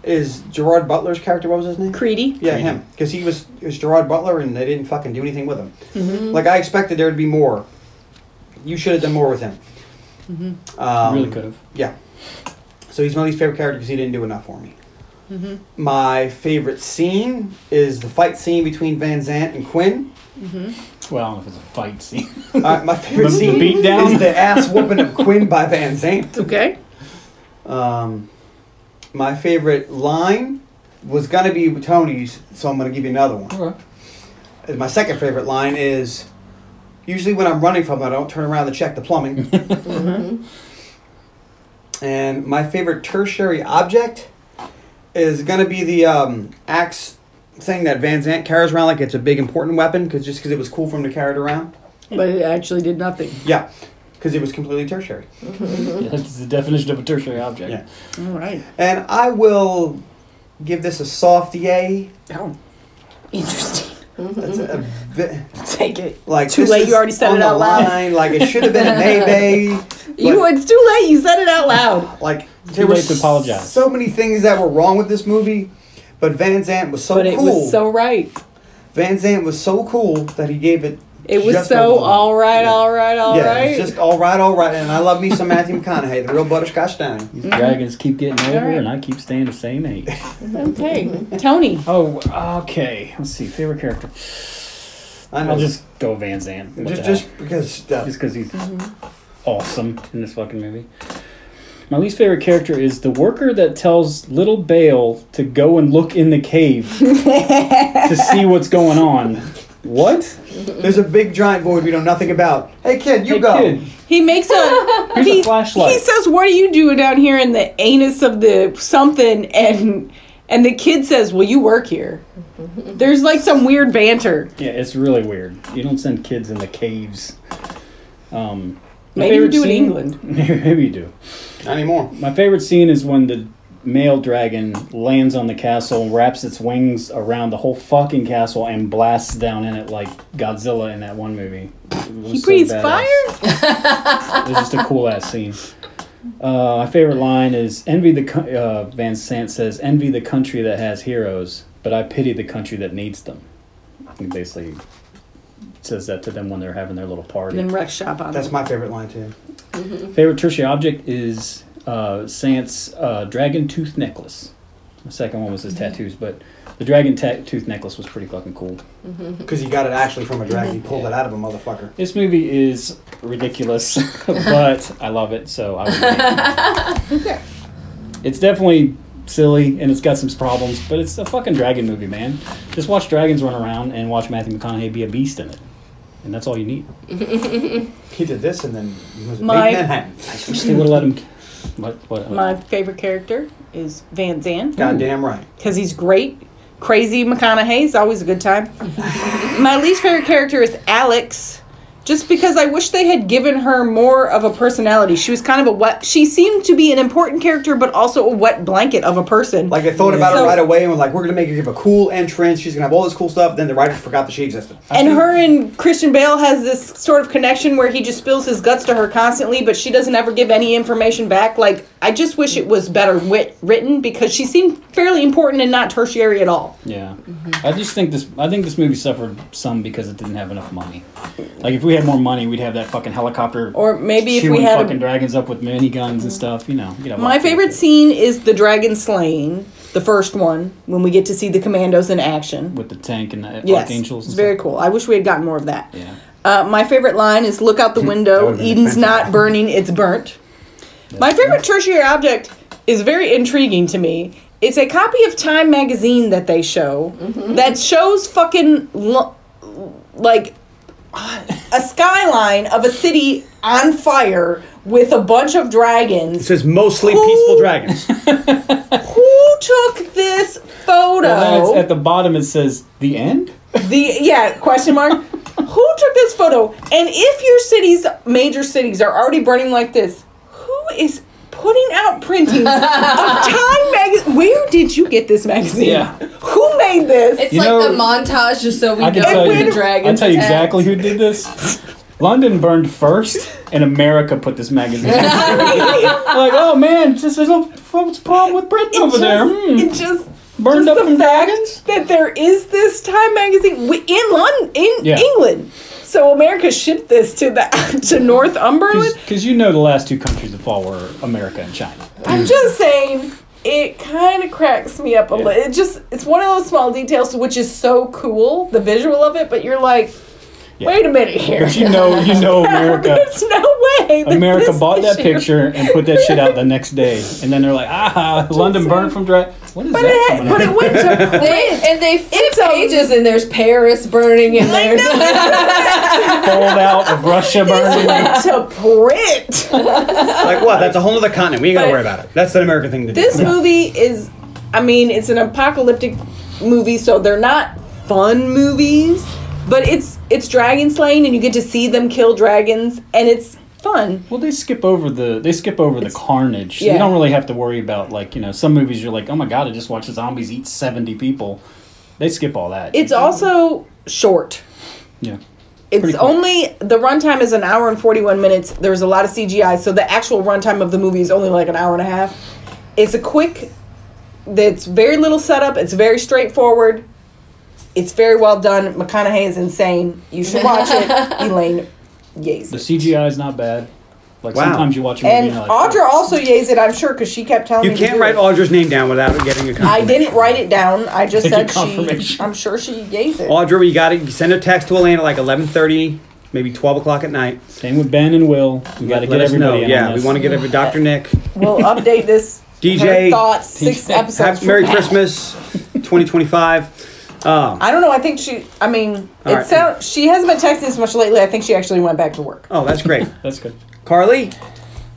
C: is Gerard Butler's character. What was his name?
A: Creedy.
C: Yeah, him. Because he was it was Gerard Butler, and they didn't fucking do anything with him. Like I expected there would be more. You should have done more with him. Um,
D: Really could have.
C: Yeah. So he's my least favorite character because he didn't do enough for me. My favorite scene is the fight scene between Van Zant and Quinn.
D: Well, I don't know if it's a fight scene.
C: Uh, my favorite
D: The- the
C: scene
D: beatdown?
C: is the ass whooping of Quinn by Van Zant.
A: Okay.
C: Um, my favorite line was gonna be Tony's, so I'm gonna give you another one. And My second favorite line is usually when I'm running from it, I don't turn around to check the plumbing. And my favorite tertiary object is gonna be the um, axe thing that Van Zant carries around like it's a big important weapon, because just because it was cool for him to carry it around.
A: But it actually did nothing.
C: Yeah, because it was completely tertiary.
D: That's the definition of a tertiary object.
C: Yeah.
A: All right.
C: And I will give this a soft yay.
A: Oh. Interesting.
C: That's a, a bit-
A: Take it.
C: like
A: Too
C: this
A: late,
C: is
A: you already said
C: on
A: it
C: the
A: out loud.
C: Line. Like it should have been a maybe. Like,
A: you it's too late. You said it out loud.
C: like
D: Too
C: there
D: late to
C: was
D: apologize.
C: so many things that were wrong with this movie, but Van Zant was so
A: But it
C: cool.
A: was so right.
C: Van Zant was so cool that he gave it.
A: It was
C: just
A: so
C: over.
A: all right, all right, all
C: yeah,
A: right.
C: it's just all right, all right. And I love me some Matthew McConaughey, the real butterscotch down.
D: These dragons keep getting older,
A: Alright.
D: and I keep staying the same age.
A: okay. Tony.
D: Oh, okay. Let's see. Favorite character.
C: I know.
D: I'll just go Van Zant. What
C: just,
D: the hell?
C: just because uh, that,
D: just because he's
A: Mm-hmm.
D: awesome in this fucking movie. My least favorite character is the worker that tells little Bale to go and look in the cave to see what's going on. What?
C: there's a big giant void we know nothing about. Hey kid, you
D: Hey,
C: go.
D: kid,
A: He makes a
D: Here's
A: he,
D: a flashlight.
A: He says, "What are you doing down here in the anus of the something?" And and the kid says, "Well, you work here." There's like some weird banter.
D: yeah, it's really weird. You don't send kids in the caves. Um, my
A: Maybe you
D: favorite
A: do in
D: scene-
A: England.
D: Maybe you do.
C: Not anymore.
D: My favorite scene is when the male dragon lands on the castle, wraps its wings around the whole fucking castle, and blasts down in it like Godzilla in that one movie. It was
A: He
D: so
A: breathes
D: badass.
A: fire.
D: It was just a cool ass scene. Uh, my favorite line is "Envy the co- uh, Van Sant says envy the country that has heroes, but I pity the country that needs them." He basically says that to them when they're having their little party.
A: And then wreck shop on
C: That's
A: him.
C: my favorite line too.
D: Favorite tertiary object is uh, Sant's uh, dragon tooth necklace. The second one was his tattoos, but the dragon ta- tooth necklace was pretty fucking cool.
C: Because he got it actually from a dragon. He pulled it out of a motherfucker.
D: This movie is ridiculous, but I love it, so I would. it's definitely silly and it's got some problems, but it's a fucking dragon movie, man. Just watch dragons run around and watch Matthew McConaughey be a beast in it, and that's all you need.
C: He did this and then he was a big
A: My-
C: Manhattan.
D: I wish they would have let him What? What? what?
A: My favorite character is Van Zandt.
C: Goddamn right.
A: because he's great. Crazy McConaughey's always a good time. My least favorite character is Alex, just because I wish they had given her more of a personality. She was kind of a wet. She seemed to be an important character, but also a wet blanket of a person.
C: Like they thought about
A: So-
C: it right away and were like, we're gonna make her give a cool entrance. She's gonna have all this cool stuff. Then the writers forgot that she existed.
A: and her and Christian Bale has this sort of connection where he just spills his guts to her constantly, but she doesn't ever give any information back. Like I just wish it was better wit- written because she seemed fairly important and not tertiary at all.
D: Yeah,
A: Mm-hmm.
D: I just think this. I think this movie suffered some because it didn't have enough money. Like if we had more money, we'd have that fucking helicopter.
A: Or maybe if we
D: shooting
A: had a- Mm-hmm.
D: fucking dragons up with miniguns and stuff. You know. You'd have a lot
A: My
D: of
A: favorite
D: characters.
A: scene is the dragon slaying, the first one, when we get to see the commandos in action.
D: with the tank and the
A: yes,
D: archangels.
A: it's
D: And
A: very
D: stuff.
A: cool. I wish we had gotten more of that.
D: Yeah.
A: Uh, my favorite line is "Look out the window.
C: been
A: Eden's
C: expensive.
A: not burning; it's burnt." My favorite tertiary object is very intriguing to me. It's a copy of Time magazine that they show that shows fucking lo- like a skyline of a city on fire with a bunch of dragons
C: says mostly
A: peaceful
C: dragons.
A: who took this photo?
D: Well, then it's, at the bottom it says the end.
A: the yeah question mark. who took this photo? And if your cities, major cities, are already burning like this, who is putting out printings of Time magazine? Where did you get this magazine?
D: Yeah.
A: Who made this?
B: It's
D: You
B: like
D: know-
B: the montage just so we
D: I can
B: know
D: tell
A: when
B: when
D: you.
B: the dragon.
D: I'll tell you exactly who did this. London burned first, and America put this magazine. like, oh man, just there's no what's the problem with Britain over there? Hmm.
A: It just
D: Burned
A: just
D: up
A: the
D: some
A: fact
D: dragons?
A: that there is this Time magazine wi- in London, in
D: Yeah.
A: England. So America shipped this to the to Northumberland.
D: Because you know the last two countries to fall were America and China.
A: I'm just saying it kind of cracks me up a
D: Yeah.
A: little. It just it's one of those small details which is so cool, the visual of it, but you're like,
D: Yeah.
A: wait a minute here.
D: But you know, you know America.
A: There's no way. that
D: America
A: this
D: bought that
A: issue-
D: picture and put that shit out the next day, and then they're like, "Ah, London burned from dry." What is
A: But
D: that?
A: it,
D: coming
A: but
D: out?
A: it went to
B: They, and they flip
A: It's a-
B: pages and there's Paris burning and there's
D: Fold out of Russia burned.
A: went to print.
C: like what? That's a whole other continent. We ain't gotta worry about it. That's an American thing to do.
A: This movie is, I mean, it's an apocalyptic movie, so they're not fun movies, but it's it's dragon slaying, and you get to see them kill dragons, and it's fun.
D: Well, they skip over the they skip over the carnage.
A: yeah.
D: You don't really have to worry about like you know some movies. You're like, "Oh my god, I just watched zombies eat seventy people." They skip all that.
A: It's also short.
D: yeah.
A: It's
D: Pretty quick.
A: only the runtime is an hour and forty one minutes. There's a lot of CGI, so the actual runtime of the movie is only like an hour and a half. It's a quick. That's very little setup. It's very straightforward. It's very well done. McConaughey is insane. You should watch it. Elaine, yays.
D: The
A: it.
D: CGI is not bad. Like
C: Wow.
D: sometimes you watch a movie
A: And
D: and you're like,
A: Audra also yays it. I'm sure because she kept telling
C: You
A: me. to
C: can't
A: do
C: write
A: it.
C: Audra's name down without getting a confirmation.
A: I didn't write it down. I just
D: Get your
A: said she.
D: confirmation.
A: I'm sure she yays it.
C: Audra, we got it. Send a text to Elaine at like eleven thirty, maybe twelve o'clock at night.
D: Same with Ben and Will. We got to
C: Let
D: get
C: us know.
D: everybody. in on
C: Yeah, we
D: this.
C: want to get every Dr. Nick.
A: We'll update this.
C: DJ,
A: her thoughts six episodes.
C: Happy
A: from
C: Merry
A: now.
C: Christmas, 2025. Um,
A: I don't know. I think she. I mean,
C: All
A: it
C: right.
A: sound, She hasn't been texting as much lately. I think she actually went back to work.
C: oh, that's great,
D: That's good.
C: Carly.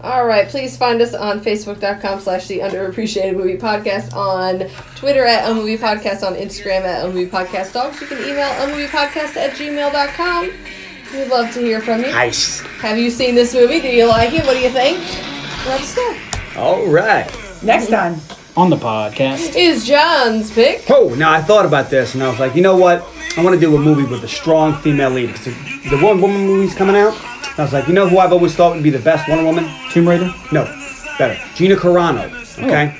B: All right, please find us on facebook.com slash the underappreciated movie podcast, on Twitter at unmovie podcast, on Instagram at unmovie podcast dogs. You can email unmoviepodcast at gmail.com. We'd love to hear from you.
C: Nice.
B: Have you seen this movie? Do you like it? What do you think? Let us know.
C: All right.
A: Next time.
D: On the podcast.
B: Is John's pick?
C: Oh, now I thought about this and I was like, you know what? I want to do a movie with a strong female lead. 'Cause the, the one woman movie's coming out. I was like, you know who I've always thought would be the best Wonder Woman?
D: Tomb Raider.
C: No, better. Gina Carano. Okay.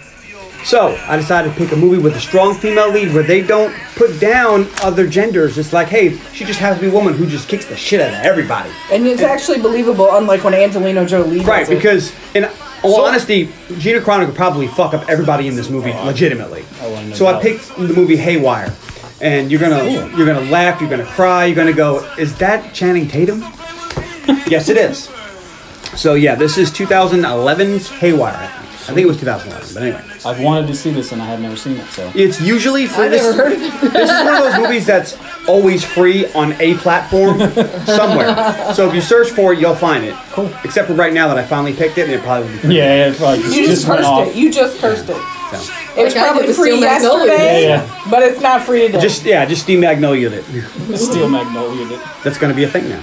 C: So I decided to pick a movie with a strong female lead where they don't put down other genders. It's like, hey, she just has to be a woman who just kicks the shit out of everybody.
A: And it's actually believable, unlike when Angelina Jolie. does
C: Right,
A: it.
C: because in all honesty, Gina Carano could probably fuck up everybody in this movie legitimately.
D: wouldn't know
C: so I
D: that.
C: picked the movie Haywire, and you're gonna you're gonna laugh, you're gonna cry, you're gonna go, is that Channing Tatum? yes, it is. So yeah, this is 2011's Haywire. I think. I think it was 2011, but anyway.
D: I've wanted to see this and I have never seen it. So
C: It's usually free.
B: I've
C: this,
B: never heard of it.
C: this is one of those movies that's always free on a platform somewhere. So if you search for it, you'll find it. Cool. Except for right now that I finally picked it and it probably will be free.
D: yeah, it's like
E: You just,
D: went
E: cursed
D: off.
E: it. You just cursed it.
C: So.
E: It was
B: Like I did
E: probably
B: with
E: free
B: Steel Magnolias.
E: yesterday,
D: Yeah, yeah.
E: but it's not free today.
C: Just yeah, just Steve Magnolia it.
D: Steel Magnolia. did.
C: That's gonna be a thing now.